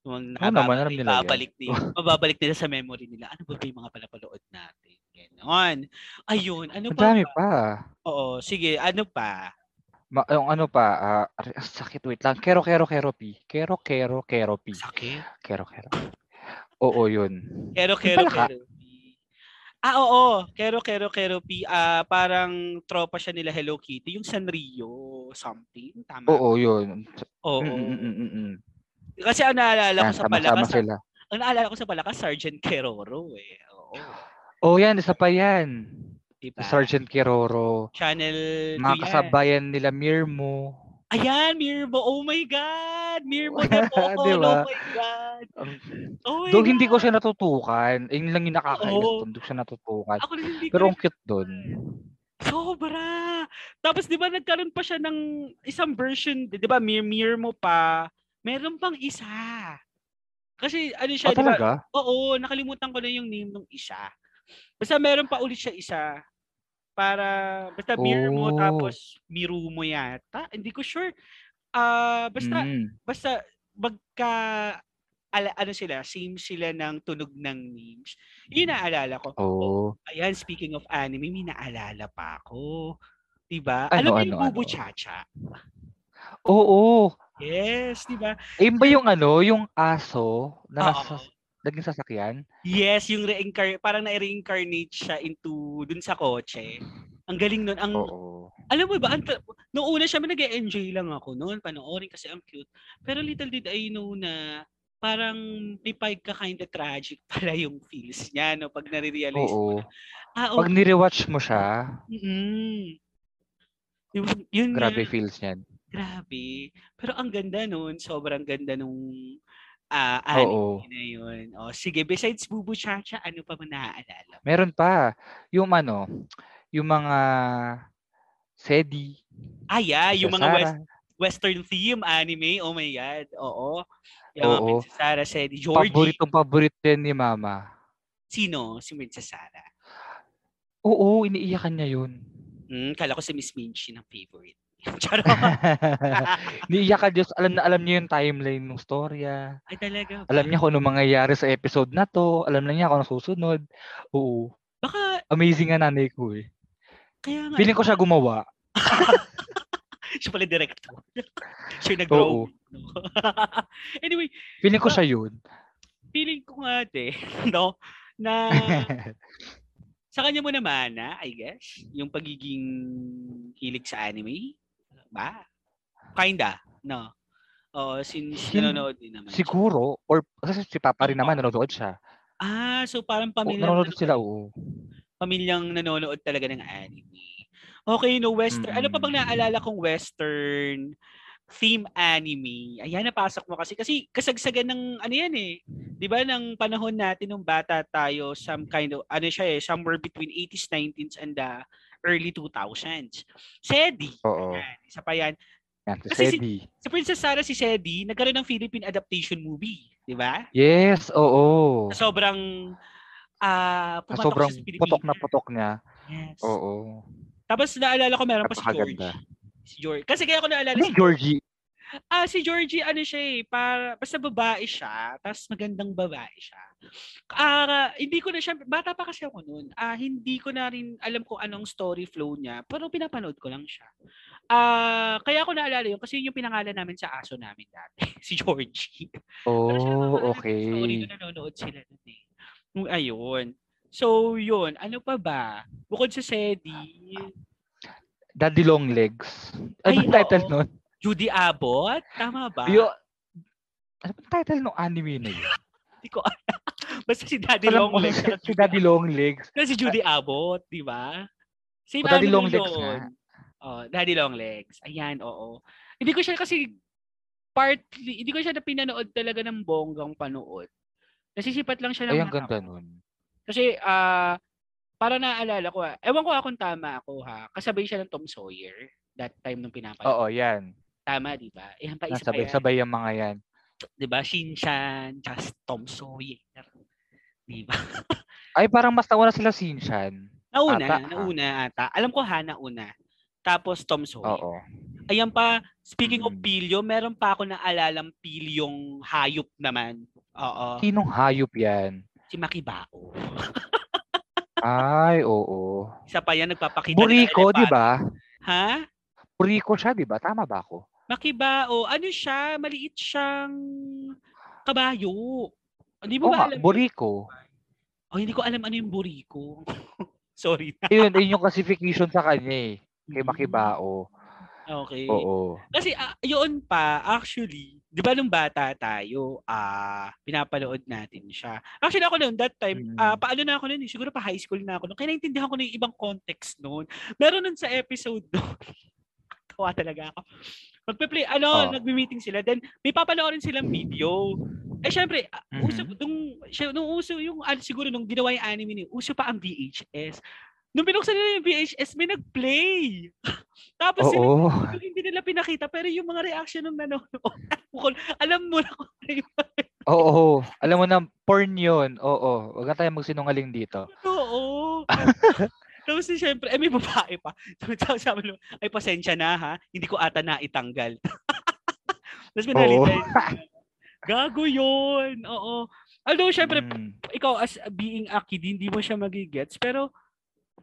Speaker 2: Kung
Speaker 3: Oo Ano naman, alam nila yan.
Speaker 2: babalik nila, mababalik nila sa memory nila. Ano ba ba yung mga palapalood natin? Ganon. Ayun, ano
Speaker 3: Ang
Speaker 2: pa?
Speaker 3: dami
Speaker 2: ba?
Speaker 3: pa.
Speaker 2: Oo, sige, ano pa?
Speaker 3: Ma- yung ano pa, ah, ar- ah, sakit, wait lang. Kero, kero, kero, pi. Kero, kero, kero, pi.
Speaker 2: Sakit.
Speaker 3: Kero, kero. Oo, yun.
Speaker 2: Kero,
Speaker 3: Yung
Speaker 2: kero,
Speaker 3: palaka.
Speaker 2: kero. pi. Ah, oo. Kero, kero, kero, pi. Ah, parang tropa siya nila Hello Kitty. Yung Sanrio something. Tama.
Speaker 3: Oo, yun.
Speaker 2: Oo.
Speaker 3: Mm, mm, mm, mm, mm.
Speaker 2: Kasi ang naalala ko
Speaker 3: Yan,
Speaker 2: sa ah.
Speaker 3: sama-sama
Speaker 2: Palakas,
Speaker 3: sila.
Speaker 2: ang naalala ko sa Palakas, Sergeant Keroro eh. Oo.
Speaker 3: Oo, yan, isa pa yan.
Speaker 2: Diba?
Speaker 3: Si Sergeant Kiroro.
Speaker 2: Channel 2
Speaker 3: Mga
Speaker 2: yan.
Speaker 3: kasabayan nila Mirmo.
Speaker 2: Ayan, Mirbo. Oh my God! Mirbo
Speaker 3: Oo.
Speaker 2: na po.
Speaker 3: Diba?
Speaker 2: Oh my God.
Speaker 3: Ang-
Speaker 2: Oh my
Speaker 3: Dog, Um, hindi ko
Speaker 2: God.
Speaker 3: siya natutukan. Ayun lang yung nakakainis.
Speaker 2: Oo.
Speaker 3: doon. Hindi ko siya natutukan.
Speaker 2: Ako rin hindi ko
Speaker 3: Pero
Speaker 2: rin-
Speaker 3: ang cute doon.
Speaker 2: Sobra. Tapos 'di ba nagkaroon pa siya ng isang version, 'di ba? Mir Mirmo pa. Meron pang isa. Kasi ano siya,
Speaker 3: Oh,
Speaker 2: 'di ba?
Speaker 3: talaga?
Speaker 2: Oo, nakalimutan ko na yung name ng isa. Basta meron pa ulit siya isa. Para, basta Mirmo
Speaker 3: Oh.
Speaker 2: tapos Mirumo yata. Hindi ko sure. Ah, basta
Speaker 3: Mm.
Speaker 2: basta magka ala, ano sila, same sila ng tunog ng memes. Yun naalala ko.
Speaker 3: Oo.
Speaker 2: Ayan, speaking of anime, may naalala pa ako. Diba?
Speaker 3: Ano,
Speaker 2: Alam mo
Speaker 3: ano,
Speaker 2: yung Bubu
Speaker 3: ano?
Speaker 2: Chacha?
Speaker 3: Oo.
Speaker 2: Yes, diba?
Speaker 3: Ayun ba yung ano, yung aso
Speaker 2: Oo.
Speaker 3: na nasa, naging sasakyan?
Speaker 2: Yes, yung reincarnate, parang na-reincarnate siya into dun sa kotse. Ang galing nun. Ang,
Speaker 3: Oo.
Speaker 2: Alam mo ba, ang, ta- nung una siya, nag enjoy lang ako noon. Panoorin kasi ang cute. Pero little did I know na parang may pagka kind of tragic pala yung feels niya, no? Pag nare-realize
Speaker 3: Oo.
Speaker 2: mo na, ah,
Speaker 3: Pag
Speaker 2: okay.
Speaker 3: nirewatch mo siya,
Speaker 2: mm Yun, yun nga,
Speaker 3: grabe feels niyan.
Speaker 2: grabe. Pero ang ganda noon, sobrang ganda nung ah
Speaker 3: Oo.
Speaker 2: anime na yun. O, sige, besides Bubu Chacha, ano pa ba naaalala?
Speaker 3: Meron pa. Yung ano, yung mga Sedi.
Speaker 2: Ah, yeah, yung mga West,
Speaker 3: Sarah,
Speaker 2: western theme anime. Oh my God. Oo. Yung mga
Speaker 3: Oo.
Speaker 2: Princess Sarah said, Georgie.
Speaker 3: Paboritong paborit din ni Mama.
Speaker 2: Sino? Si Princess Sarah.
Speaker 3: Oo, iniiyakan niya yun.
Speaker 2: Hmm, kala ko si Miss Minchi ng favorite. Charot.
Speaker 3: Iniiyakan Diyos. Alam na alam niya yung timeline ng storya.
Speaker 2: Ay talaga. ba?
Speaker 3: Alam niya kung ano mangyayari sa episode na to. Alam na niya kung ano susunod. Oo.
Speaker 2: Baka,
Speaker 3: Amazing nga nanay ko eh.
Speaker 2: kaya nga.
Speaker 3: Feeling ko siya gumawa.
Speaker 2: Siya pala director. siya yung nag-drawing. no? anyway,
Speaker 3: Feeling ko siya
Speaker 2: Diba?
Speaker 3: yun.
Speaker 2: feeling ko nga ate, no? Na Ah. sa kanya mo naman, na, I guess, yung pagiging hilig sa anime. Ba? Kinda, no? Oo, since
Speaker 3: Sin-
Speaker 2: nanonood din naman. siya.
Speaker 3: Siguro. Or kasi si Papa rin naman, nanonood siya.
Speaker 2: Ah, so parang
Speaker 3: Oo,
Speaker 2: pamilya.
Speaker 3: Oh, nanonood sila, oo.
Speaker 2: pamilyang nanonood talaga ng anime. Okay, no, western. Ano pa bang
Speaker 3: Mm.
Speaker 2: naalala kong western theme anime. Ayan, napasok mo kasi. Kasi kasagsagan ng ano yan eh. Di ba, ng panahon natin nung bata tayo, some kind of, ano siya eh, somewhere between 80s, 90s, and the early 2000s. Sedi.
Speaker 3: Oo.
Speaker 2: Ayan, isa pa yan.
Speaker 3: Yan, si
Speaker 2: Kasi si-
Speaker 3: Sedi.
Speaker 2: Sa Princess Sarah si Sedi, nagkaroon ng Philippine adaptation movie. Di ba?
Speaker 3: Yes, oo.
Speaker 2: Na sobrang ah
Speaker 3: Na
Speaker 2: pumatok
Speaker 3: Oh. sobrang Oh.
Speaker 2: siya sa Pilipinas.
Speaker 3: putok na putok niya.
Speaker 2: Yes.
Speaker 3: Oo.
Speaker 2: Tapos naalala ko meron pa si George.
Speaker 3: Napakaganda.
Speaker 2: Si George. Kasi kaya ko naalala
Speaker 3: Ano
Speaker 2: si
Speaker 3: yung Georgie?
Speaker 2: Ah, si Georgie ano siya eh, para basta babae siya, tapos magandang babae siya. Ah, hindi ko na siya bata pa kasi ako noon. Ah, hindi ko na rin alam kung anong story flow niya, pero pinapanood ko lang siya. Ah, kaya ko naalala yun kasi yun yung pinangalan namin sa aso namin dati, si Georgie. Pero siya naman,
Speaker 3: Oh,
Speaker 2: parang Story
Speaker 3: okay.
Speaker 2: na nanonood sila nun eh. Mm, Ayun. So, yun. Ano pa ba? Bukod sa Sedi,
Speaker 3: Daddy Long Legs. Ano
Speaker 2: Ay,
Speaker 3: yung title
Speaker 2: oo.
Speaker 3: nun?
Speaker 2: Judy Abbott? Tama ba?
Speaker 3: Yo, ano yung title ng anime na yun?
Speaker 2: Hindi ko alam. Basta si Daddy
Speaker 3: Alam ko,
Speaker 2: Long Legs.
Speaker 3: si Daddy Long Legs.
Speaker 2: Kasi si Judy Abbott, di ba? Same
Speaker 3: O, Oh, Daddy
Speaker 2: ano
Speaker 3: Long Legs
Speaker 2: yun.
Speaker 3: nga.
Speaker 2: Oh, Daddy Long Legs. Ayan, oo. Hindi ko siya kasi partly, hindi ko siya na pinanood talaga ng bonggang panood. Nasisipat lang siya ng
Speaker 3: Ay, ang
Speaker 2: mata
Speaker 3: ganda
Speaker 2: ko.
Speaker 3: nun.
Speaker 2: Kasi, ah, para naaalala ko, ah, ewan ko ah kung tama ako ha, kasabay siya ng Tom Sawyer that time nung pinapanood.
Speaker 3: Oo, yan.
Speaker 2: Tama, di ba? Eh, ang pa isa pa yan.
Speaker 3: Sabay-sabay yung mga yan.
Speaker 2: Di ba? Shinchan, just Tom Sawyer. Di ba?
Speaker 3: Ay, parang mas nauna sila Shinchan.
Speaker 2: Nauna,
Speaker 3: Ata, ah. ha?
Speaker 2: nauna ata. Alam ko ha, nauna. Tapos Tom Sawyer.
Speaker 3: Oo.
Speaker 2: Ayan pa, speaking of
Speaker 3: Mm.
Speaker 2: pilyo, meron pa ako naalalang pilyong hayop naman. Oo.
Speaker 3: Sinong hayop yan?
Speaker 2: Si Makibao.
Speaker 3: Ay, oo.
Speaker 2: Isa pa yan, nagpapakita ng
Speaker 3: Buriko, di
Speaker 2: elepante.
Speaker 3: ba?
Speaker 2: Ha?
Speaker 3: Buriko siya, di ba? Tama ba ako?
Speaker 2: Makibao. Ano siya? Maliit siyang kabayo. Hindi mo
Speaker 3: Oo
Speaker 2: ba
Speaker 3: nga,
Speaker 2: alam?
Speaker 3: buriko.
Speaker 2: Oh, hindi ko alam ano yung buriko. Sorry.
Speaker 3: Ayun, ayun yung classification sa kanya eh. Kay
Speaker 2: Mm.
Speaker 3: Makibao.
Speaker 2: Okay.
Speaker 3: Oo.
Speaker 2: Kasi ah, yun pa, actually, di ba nung bata tayo, ah pinapanood natin siya. Actually ako noon, that time,
Speaker 3: Mm.
Speaker 2: ah paano na ako noon, eh, siguro pa high school na ako noon, kaya naintindihan ko na yung ibang context noon. Meron nun sa episode noon, tawa talaga ako. Magpe-play, ano,
Speaker 3: Oh.
Speaker 2: nagme-meeting sila, then may papanoorin silang video. Eh syempre, ah,
Speaker 3: Mhm.
Speaker 2: uso, nung, siya- nung uso yung, ah, siguro nung ginawa yung anime ni, uso pa ang VHS. Nung binuksan nila yung VHS, may nag-play. Tapos sila
Speaker 3: Oo.
Speaker 2: yung hindi nila pinakita pero yung mga reaction ng nanonood bukod alam mo na kung ano yung
Speaker 3: Oo. Alam mo na, porn yun. Oo. Huwag na tayo magsinungaling dito.
Speaker 2: totoo. Tapos eh, syempre, eh may babae pa. Sabi, sabi, sabi nung, ay pasensya na ha, hindi ko ata na itanggal. Tapos
Speaker 3: Oo.
Speaker 2: pinalitan. Gago yun. Oo. Although syempre,
Speaker 3: Mm.
Speaker 2: ikaw as being a kid, hindi mo siya magigets. Pero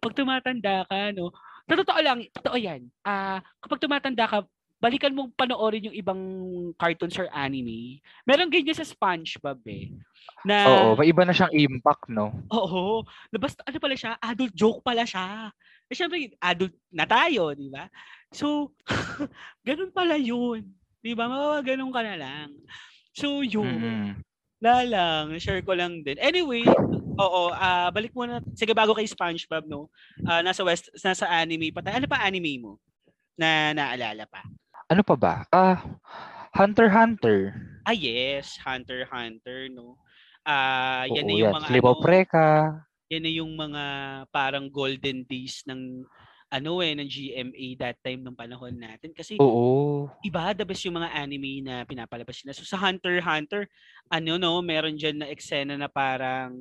Speaker 2: pag tumatanda ka, no, sa totoo lang, totoo yan. Ah, kapag tumatanda ka, balikan mong panoorin yung ibang cartoons or anime. Meron ganyan sa SpongeBob eh. Na,
Speaker 3: Oo. May iba na siyang impact, no?
Speaker 2: Oo. Na basta, ano pala siya? Adult joke pala siya. Eh, syempre, adult na tayo, di ba? So, ganun pala yun. Di ba? Mawaganon ka na lang. So, yun.
Speaker 3: Mm.
Speaker 2: Wala lang, share ko lang din. Anyway, oo, ah balik muna. Sige, bago kay SpongeBob, no? Ah, nasa West, nasa anime pa tayo. Ano pa anime mo? Na naalala pa.
Speaker 3: Ano pa ba? Ah, Hunter x Hunter.
Speaker 2: Ah, yes. Hunter x Hunter, no? Ah, yan na
Speaker 3: Oo,
Speaker 2: yung
Speaker 3: yan.
Speaker 2: mga
Speaker 3: Slip of
Speaker 2: ano,
Speaker 3: Reka.
Speaker 2: yan na yung mga parang golden days ng ano eh, ng GMA that time nung panahon natin. Kasi
Speaker 3: Oh. Oo.
Speaker 2: iba, the best yung mga anime na pinapalabas nila. So sa Hunter x Hunter, ano no, meron dyan na eksena na parang,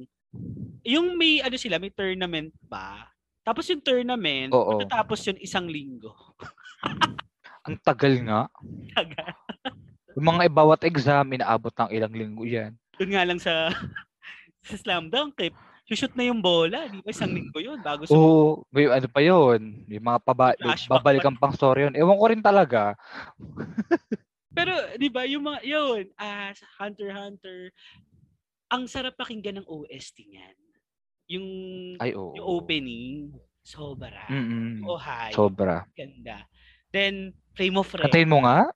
Speaker 2: yung may, ano sila, may tournament ba? Tapos yung tournament,
Speaker 3: Oo.
Speaker 2: matatapos yun isang linggo.
Speaker 3: Ang tagal nga.
Speaker 2: Tagal.
Speaker 3: Yung mga bawat exam, inaabot ng ilang linggo yan.
Speaker 2: Doon nga lang sa, sa slam dunk, eh, shoot na yung bola, di ba? Isang linggo yun, bago sa
Speaker 3: Mm. Oo, may ano pa yon May mga paba-
Speaker 2: Flashback pa.
Speaker 3: babalikan pang story yun. Ewan ko rin talaga.
Speaker 2: Pero 'di ba yung mga yun, ah sa Hunter x Hunter, ang sarap pakinggan ng OST niyan. Yung
Speaker 3: Ay, oo. Mm.
Speaker 2: yung opening, sobra.
Speaker 3: Mm-mm.
Speaker 2: Oh, hi.
Speaker 3: Sobra.
Speaker 2: ganda. Then Frame of Reference.
Speaker 3: Kantayin mo nga?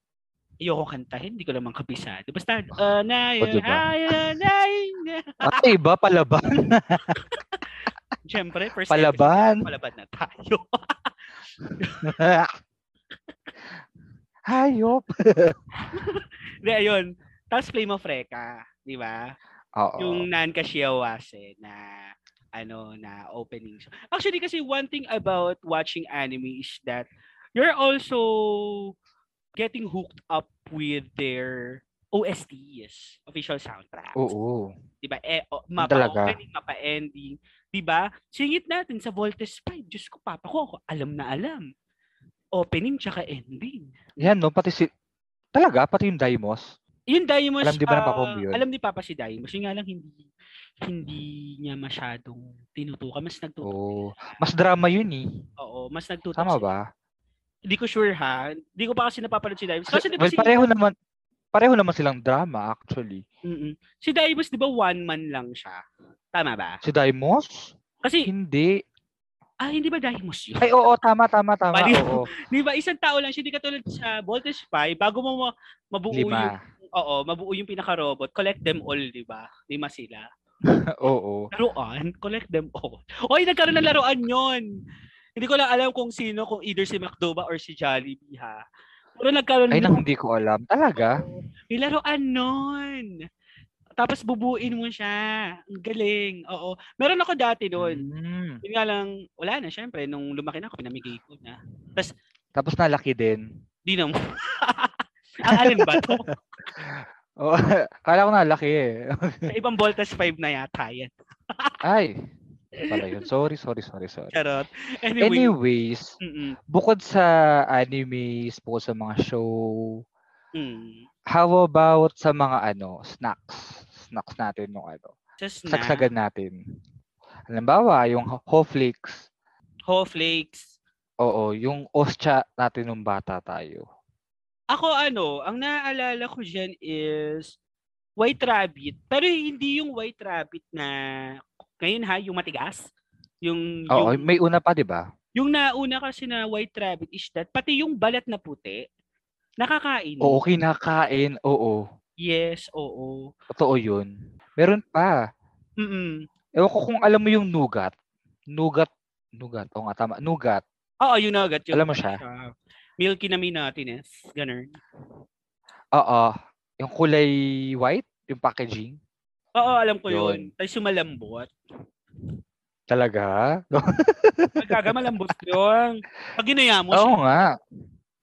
Speaker 2: Ayoko kantahin, hindi ko naman kabisado. Basta, uh, na
Speaker 3: O,
Speaker 2: yun,
Speaker 3: diba?
Speaker 2: ayun, na yun, na.
Speaker 3: Ay, Ah, iba, palaban.
Speaker 2: Siyempre, first
Speaker 3: Palaban.
Speaker 2: episode, palaban na tayo.
Speaker 3: Hayop.
Speaker 2: Hindi, ayun. Tapos Flame of Reka, di ba?
Speaker 3: Oo.
Speaker 2: Yung Nanka Shiawase na ano na opening. song. Actually kasi one thing about watching anime is that you're also getting hooked up with their OSTs, official soundtrack.
Speaker 3: Oo.
Speaker 2: 'Di ba? Eh, o- mapa
Speaker 3: talaga.
Speaker 2: opening, mapa ending, 'di ba? Singit natin sa Voltes 5, Diyos ko papa ko, ako alam na alam. Opening tsaka ending.
Speaker 3: Yan, no? Pati si... Talaga, pati yung Daimos.
Speaker 2: Yun Daimos.
Speaker 3: Alam di ba ng
Speaker 2: ah,
Speaker 3: Papa mo yun?
Speaker 2: Alam ni Papa si Daimos. Yun nga lang hindi hindi niya masyadong tinutukan. Mas nagtutukan.
Speaker 3: Oo. Mas drama yun eh.
Speaker 2: Oo, mas nagtutukan.
Speaker 3: Tama ba?
Speaker 2: Hindi ko sure ha. Hindi ko pa kasi napapanood si Daimos. Kasi di ba
Speaker 3: Well,
Speaker 2: si,
Speaker 3: pareho naman pareho naman silang drama actually.
Speaker 2: Mm-mm. si Daimos di ba one man lang siya? Tama ba?
Speaker 3: Si Daimos?
Speaker 2: Kasi,
Speaker 3: Hindi.
Speaker 2: ah, hindi ba Daimos yun?
Speaker 3: Ay, oo, tama, tama, tama.
Speaker 2: Mali.
Speaker 3: Oo,
Speaker 2: Di ba isang tao lang siya? Hindi katulad sa Voltage 5, bago mo ma- mabuo yung
Speaker 3: lima.
Speaker 2: Oo, mabuo yung pinaka-robot. Collect them all, di ba? Lima sila.
Speaker 3: Oo.
Speaker 2: Laruan? Collect them all. Oy, nagkaroon ng laruan yon. Hindi ko lang alam kung sino, kung either si McDo ba or si Jollibee ha. Pero nagkaroon
Speaker 3: Ay,
Speaker 2: ng
Speaker 3: nang hindi ko alam. Talaga?
Speaker 2: may laruan nun. Tapos bubuin mo siya. Ang galing. Oo. Meron ako dati doon.
Speaker 3: Mm.
Speaker 2: Yun nga lang, wala na syempre. Nung lumaki na ako, pinamigay ko na.
Speaker 3: Tapos nalaki din.
Speaker 2: Di na mo. Ang alin ba to?
Speaker 3: Oh, kala ko nalaki eh.
Speaker 2: Sa ibang Voltas 5 na yata yan.
Speaker 3: Ay. Pala yun. Sorry, sorry, sorry, sorry.
Speaker 2: Charot. Anyway.
Speaker 3: Anyways,
Speaker 2: Mm-mm.
Speaker 3: bukod sa animes, bukod sa mga show,
Speaker 2: Mm.
Speaker 3: how about sa mga ano, snacks? Snacks natin nung ano.
Speaker 2: Just na.
Speaker 3: Saksagan natin. Halimbawa, yung ho- Hoflix.
Speaker 2: Ho flakes.
Speaker 3: Oo, yung ostya natin nung bata tayo.
Speaker 2: Ako ano, ang naaalala ko dyan is White Rabbit. Pero hindi yung White Rabbit na ngayon ha, yung matigas. Yung,
Speaker 3: Oo,
Speaker 2: yung,
Speaker 3: may una pa, di ba?
Speaker 2: yung nauna kasi na White Rabbit is that, pati yung balat na puti, nakakain.
Speaker 3: Oo, kinakain. Oo,
Speaker 2: Yes, oo.
Speaker 3: totoo yun. Meron pa.
Speaker 2: Mm-mm.
Speaker 3: Ewan ko kung alam mo yung nugat. Nugat. Nugat. Oo nga, tama. Nugat.
Speaker 2: Oo, yun na agad. Yun
Speaker 3: Alam mo siya?
Speaker 2: Milky na minatines. Ganun.
Speaker 3: Oo. Yung kulay white, yung packaging.
Speaker 2: Oo, alam ko yun.
Speaker 3: Yun.
Speaker 2: Tapos yung malambot.
Speaker 3: Talaga?
Speaker 2: Magkaga malambot yun. Pag ginuya mo
Speaker 3: Oo nga.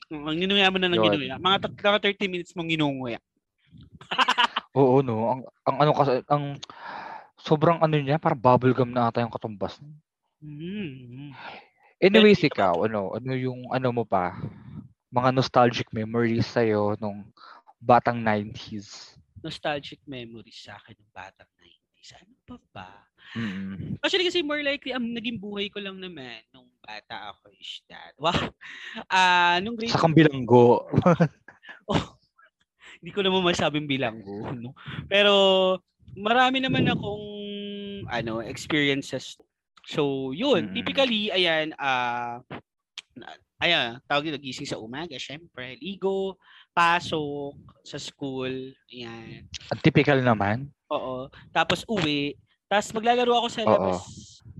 Speaker 2: siya, ang ginuya mo na ng
Speaker 3: Yun.
Speaker 2: ginuya. Mga tat- mga 30 minutes mong ginunguya.
Speaker 3: Oo, no. Ang, ang ano kasi, ang sobrang ano niya, parang bubblegum na ata yung katumbas.
Speaker 2: Mm.
Speaker 3: Mm-hmm. Anyways,
Speaker 2: dito ka
Speaker 3: ikaw, ano, ano yung ano mo pa? Mga nostalgic memories sa'yo nung batang 90s.
Speaker 2: Nostalgic memories sa akin ng batang 90s. Ano pa ba?
Speaker 3: Mm.
Speaker 2: Actually kasi more likely, ang naging buhay ko lang naman nung bata ako is that. Wow. Ah, nung grade
Speaker 3: Sa Kambilanggo.
Speaker 2: hindi ko naman masabing bilanggo, no? Pero marami naman akong ano, experiences. So, yun,
Speaker 3: Mm.
Speaker 2: typically ayan ah na- ayan, tawag dito gising sa umaga, syempre, ligo, pasok sa school, ayan.
Speaker 3: Ang typical naman.
Speaker 2: Oo. Tapos uwi. Tapos maglalaro ako sa
Speaker 3: Oo.
Speaker 2: labas.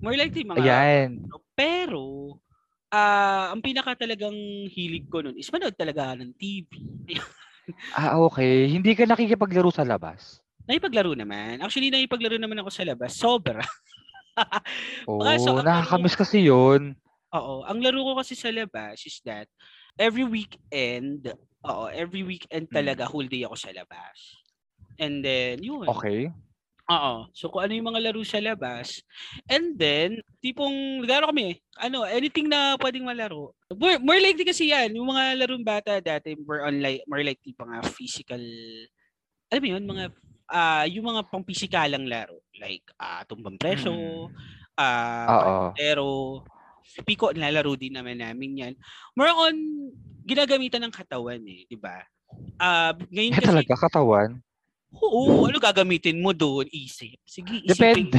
Speaker 2: More likely mga
Speaker 3: Ayan.
Speaker 2: ano. Pero, ah ang pinaka talagang hilig ko nun is manood talaga ng TV.
Speaker 3: Ah, okay. Hindi ka nakikipaglaro sa labas.
Speaker 2: Naipaglaro naman. Actually, naipaglaro naman ako sa labas. Sobra.
Speaker 3: Oo,
Speaker 2: Kaso, ang Mm.
Speaker 3: nakakamiss kasi yun.
Speaker 2: Oo. Ang laro ko kasi sa labas is that every weekend, oo, every weekend
Speaker 3: Mm.
Speaker 2: talaga whole day ako sa labas. And then, yun.
Speaker 3: Okay.
Speaker 2: Oo. So kung ano yung mga laro sa labas. And then, tipong naglaro kami. Ano, anything na pwedeng malaro. More, more likely kasi yan, yung mga larong bata dati were online, more likely pa nga physical, alam mo yun, mga, ah yung mga pang pisikalang laro. Like, ah tumbang preso,
Speaker 3: Mm.
Speaker 2: ah
Speaker 3: Oo. Eh,
Speaker 2: pero piko nilalaro din naman namin yan. More on ginagamitan ng katawan eh, 'di ba? Ah, ngayon
Speaker 3: Eh,
Speaker 2: kasi
Speaker 3: talaga, katawan.
Speaker 2: Oo, ano gagamitin mo doon? Isip. Sige, isipin.
Speaker 3: Depende.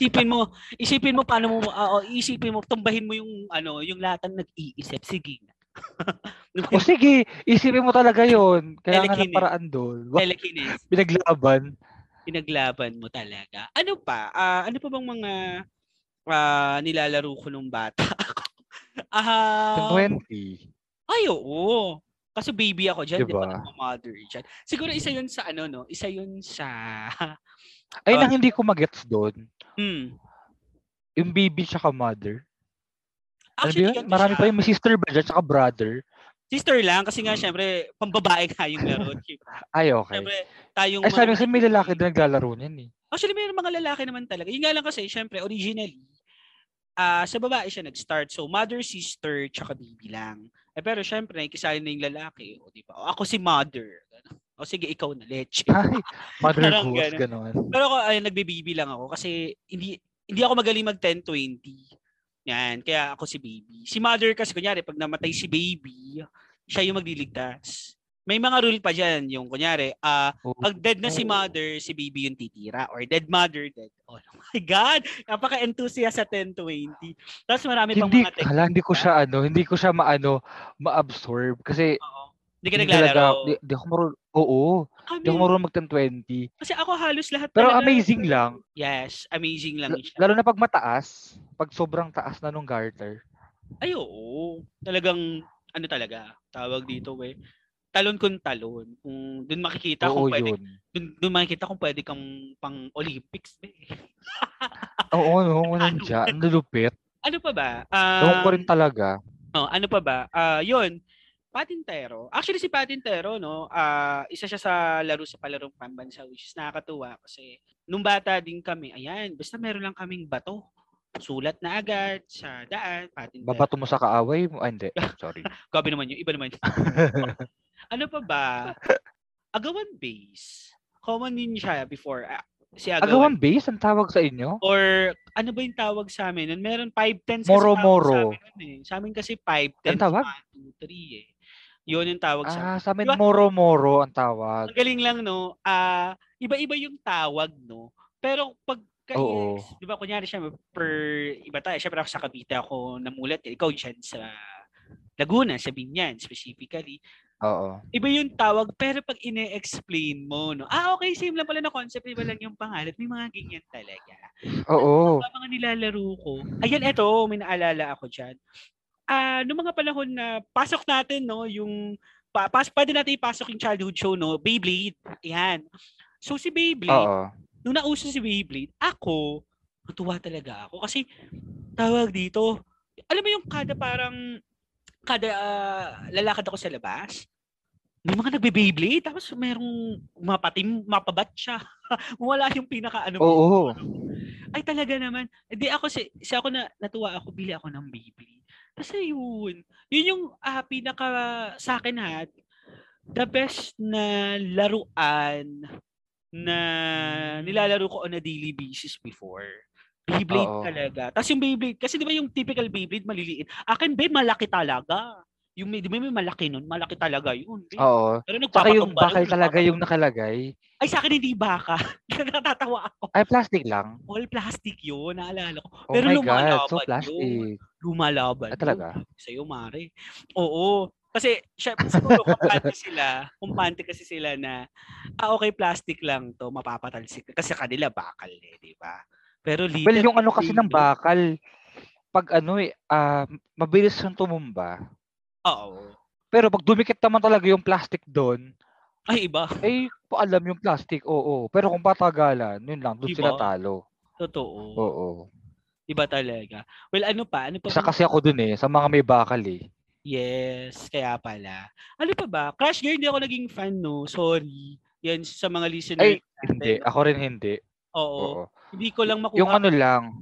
Speaker 2: isipin mo. Isipin mo paano mo oo, isipin mo tumbahin mo yung ano, yung lahat ng nag-iisip. Sige.
Speaker 3: o sige, isipin mo talaga yun. Kailangan ng
Speaker 2: Telekinetic.
Speaker 3: paraan doon. Wah,
Speaker 2: Telekinesis.
Speaker 3: Pinaglaban.
Speaker 2: Pinaglaban mo talaga. Ano pa? Ah, ano pa bang mga ah, Ah. nilalaro ko nung bata ako? Ah,
Speaker 3: 20.
Speaker 2: ay oo. Kasi baby ako dyan,
Speaker 3: Diba?
Speaker 2: di pa ako mother dyan. Siguro isa yun sa ano, no? Isa yun sa...
Speaker 3: Ay,
Speaker 2: Ah.
Speaker 3: nang hindi ko magets doon,
Speaker 2: Mm.
Speaker 3: yung baby tsaka mother.
Speaker 2: Actually,
Speaker 3: Actually, Alam mo Ano yun?
Speaker 2: ganito
Speaker 3: Marami
Speaker 2: siya.
Speaker 3: pa yung may sister ba dyan tsaka brother.
Speaker 2: Sister lang, kasi nga, syempre, pambabae nga yung laro. diba?
Speaker 3: Ay, okay.
Speaker 2: Syempre, tayong...
Speaker 3: Ay, sabi
Speaker 2: mga-
Speaker 3: kasi may lalaki din naglalaro niyan eh.
Speaker 2: Actually, may mga lalaki naman talaga. Yung nga lang kasi, syempre, originally, ah sa babae siya nag-start. So, mother, sister, tsaka baby lang. Eh, pero syempre, nakikisali na yung lalaki. O, di ba? O, ako si mother. Ganun. O, sige, ikaw na, leche.
Speaker 3: Ay, mother
Speaker 2: Parang
Speaker 3: goose, gano'n.
Speaker 2: Pero ako, ay, nagbe-baby lang ako kasi hindi hindi ako magaling mag 10-20. Yan, kaya ako si baby. Si mother kasi, kunyari, pag namatay si baby, siya yung magliligtas. May mga rule pa dyan, yung kunyari, ah
Speaker 3: Oo.
Speaker 2: pag dead na si
Speaker 3: Oh.
Speaker 2: mother, si baby yung titira. Or dead mother, dead. all. Oh my God! Napaka-enthusiast sa 10-20. Tapos marami pang
Speaker 3: hindi,
Speaker 2: mga technique.
Speaker 3: hala, hindi ko siya ano, hindi ko siya maano, ma-absorb. Kasi,
Speaker 2: Oo. Hindi ka
Speaker 3: hindi
Speaker 2: naglalaro.
Speaker 3: talaga- Di, di ako marunong, oo,
Speaker 2: Kami,
Speaker 3: di ako marunong mag 20
Speaker 2: kasi ako halos lahat
Speaker 3: Pero
Speaker 2: talaga-
Speaker 3: amazing lang,
Speaker 2: Yes, amazing lang
Speaker 3: l-
Speaker 2: siya.
Speaker 3: lalo na pag mataas, pag sobrang taas na nung garter.
Speaker 2: Ay, oo. Talagang, ano talaga, tawag dito, we. Talon kung talon. Kung doon makikita
Speaker 3: Oo,
Speaker 2: kung pwede,
Speaker 3: yun.
Speaker 2: dun, dun makikita kung pwede kang pang Olympics. be.
Speaker 3: Oo, no, nandiyan, ang lulupit.
Speaker 2: Ano pa ba?
Speaker 3: Ewan ko
Speaker 2: Um,
Speaker 3: rin talaga.
Speaker 2: oh, ano pa ba? Ah, yun, Patintero. Actually, si Patintero, no, ah, isa siya sa laro sa palarong pambansa, which is nakakatuwa kasi nung bata din kami, ayan, basta meron lang kaming bato. Sulat na agad sa daan, Patintero.
Speaker 3: Babato mo sa kaaway mo. Ah, hindi. Sorry.
Speaker 2: Gabi naman yun. Iba naman yun. ano pa ba? Agawan base. Common din siya before. ah, si Agawan.
Speaker 3: Agawan base, ang tawag sa inyo?
Speaker 2: Or ano ba yung tawag sa amin? nun? Meron 5-10
Speaker 3: Moro-moro.
Speaker 2: sa amin. nun Eh. Sa amin kasi 5-10.
Speaker 3: Ang tawag?
Speaker 2: 1, 2, 3 eh. Yun yung tawag sa
Speaker 3: Ah, sa amin,
Speaker 2: Diba?
Speaker 3: moro-moro ang
Speaker 2: Ang
Speaker 3: tawag.
Speaker 2: galing lang, no? Ah, iba-iba yung tawag, no? Pero pag
Speaker 3: Oo.
Speaker 2: di ba, kunyari siya, per iba tayo, syempre ako sa Cavite ako namulat, eh. ikaw dyan sa Laguna, sa Binyan, specifically.
Speaker 3: Oo.
Speaker 2: Iba yung tawag, pero pag ine-explain mo, no? Ah, okay, same lang pala na concept, iba lang yung pangalan. May mga ganyan talaga.
Speaker 3: Oo.
Speaker 2: Ang mga nilalaro ko, ayan, eto, may naalala ako dyan. Ah, noong mga panahon na pasok natin, no, yung, pa, pas, pwede natin ipasok yung childhood show, no, Beyblade. Ayan. So, si Beyblade,
Speaker 3: Oo.
Speaker 2: nung nauso si Beyblade, ako, natuwa talaga ako. Kasi, tawag dito, alam mo yung kada parang, kada ah, lalakad ako sa labas, may mga nagbe-Beyblade, tapos merong mapatim, mapabat siya. Wala yung pinaka ano.
Speaker 3: Oo.
Speaker 2: Ay talaga naman. Hindi ako si, si ako na natuwa ako bili ako ng Beyblade. Kasi yun. Yun yung ah, pinaka sa akin ha, the best na laruan na nilalaro ko on a daily basis before. Beyblade
Speaker 3: Oo.
Speaker 2: talaga. Tapos yung Beyblade, kasi di ba yung typical Beyblade maliliit. Akin ba malaki talaga. Yung may, di ba may malaki nun? Malaki talaga yun. be.
Speaker 3: Oo.
Speaker 2: Pero
Speaker 3: Tsaka yung
Speaker 2: nagpapatumba
Speaker 3: bakal
Speaker 2: nun,
Speaker 3: talaga yung
Speaker 2: nagpapatumba.
Speaker 3: nakalagay.
Speaker 2: Ay, sa akin hindi baka. Natatawa ako.
Speaker 3: Ay, plastic lang.
Speaker 2: All plastic yun. Naalala ko.
Speaker 3: Oh
Speaker 2: Pero
Speaker 3: my
Speaker 2: lumalaban
Speaker 3: God, so
Speaker 2: yun.
Speaker 3: plastic.
Speaker 2: lumalaban.
Speaker 3: Ah, talaga?
Speaker 2: Sa iyo, Mare. Oo. Kasi, syempre, siguro, kumpante sila, kumpante kasi sila na, ah, okay, plastic lang to, mapapatalsik. Kasi kanila, bakal eh, di ba? Pero little...
Speaker 3: Well, yung ano kasi ng
Speaker 2: bakal.
Speaker 3: bakal, pag ano eh, ah, mabilis yung tumumba.
Speaker 2: Oo.
Speaker 3: Pero pag dumikit naman talaga yung plastic doon,
Speaker 2: Ay, iba.
Speaker 3: eh, paalam yung plastic, oo. Pero kung patagalan, yun lang, doon
Speaker 2: Diba?
Speaker 3: sila talo.
Speaker 2: Totoo.
Speaker 3: Oo.
Speaker 2: Iba talaga. Well, ano pa? Ano pa?
Speaker 3: Oh. Isa
Speaker 2: ba-
Speaker 3: kasi ako dun eh, sa mga may bakal eh.
Speaker 2: Yes, kaya pala. Ano pa ba? Crash Gear, hindi ako naging fan, no? Sorry. Yan, sa mga listeners.
Speaker 3: Ay, Hindi, ako rin hindi.
Speaker 2: Oo.
Speaker 3: Oo.
Speaker 2: Hindi ko lang makuha
Speaker 3: Yung ano lang,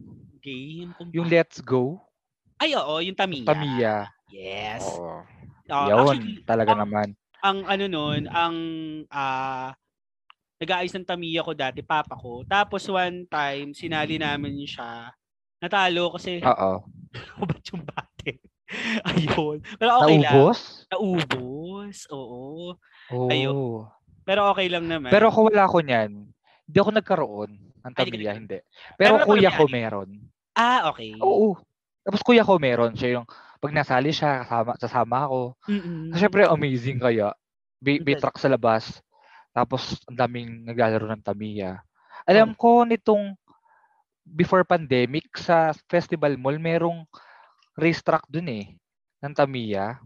Speaker 2: game. kung
Speaker 3: yung
Speaker 2: pa-
Speaker 3: Let's Go,
Speaker 2: Ay, oo, yung Tamiya.
Speaker 3: Tamiya.
Speaker 2: Yes.
Speaker 3: Oo.
Speaker 2: Ah, actually,
Speaker 3: Yun, talaga
Speaker 2: ang-
Speaker 3: naman.
Speaker 2: ang ano nun, ang ah nag-aayos ng Tamiya ko dati, papa ko. Tapos one time, sinali namin siya. Natalo kasi
Speaker 3: Oo.
Speaker 2: hubat yung bate. Ayun. Pero okay lang.
Speaker 3: Naubos?
Speaker 2: Naubos. Oo.
Speaker 3: Oo.
Speaker 2: Ayun. Pero okay lang naman.
Speaker 3: Pero kung wala ko niyan, hindi ako nagkaroon ng
Speaker 2: Ay, hindi ka
Speaker 3: Tamiya,
Speaker 2: nagkaroon.
Speaker 3: hindi. Pero
Speaker 2: Meron ka
Speaker 3: kuya
Speaker 2: Tamiya,
Speaker 3: ko
Speaker 2: eh.
Speaker 3: meron.
Speaker 2: ah, okay.
Speaker 3: Oo. Tapos kuya ko meron. Siya yung, pag nasali siya, kasama, sasama ako.
Speaker 2: Mm-mm.
Speaker 3: Siyempre, amazing kaya. May,
Speaker 2: Mm.
Speaker 3: may
Speaker 2: Ang
Speaker 3: truck sa labas. Tapos, ang daming naglalaro ng Tamiya. Alam
Speaker 2: Mm.
Speaker 3: ko nitong before pandemic, sa Festival Mall, merong racetrack dun eh. Ng Tamiya.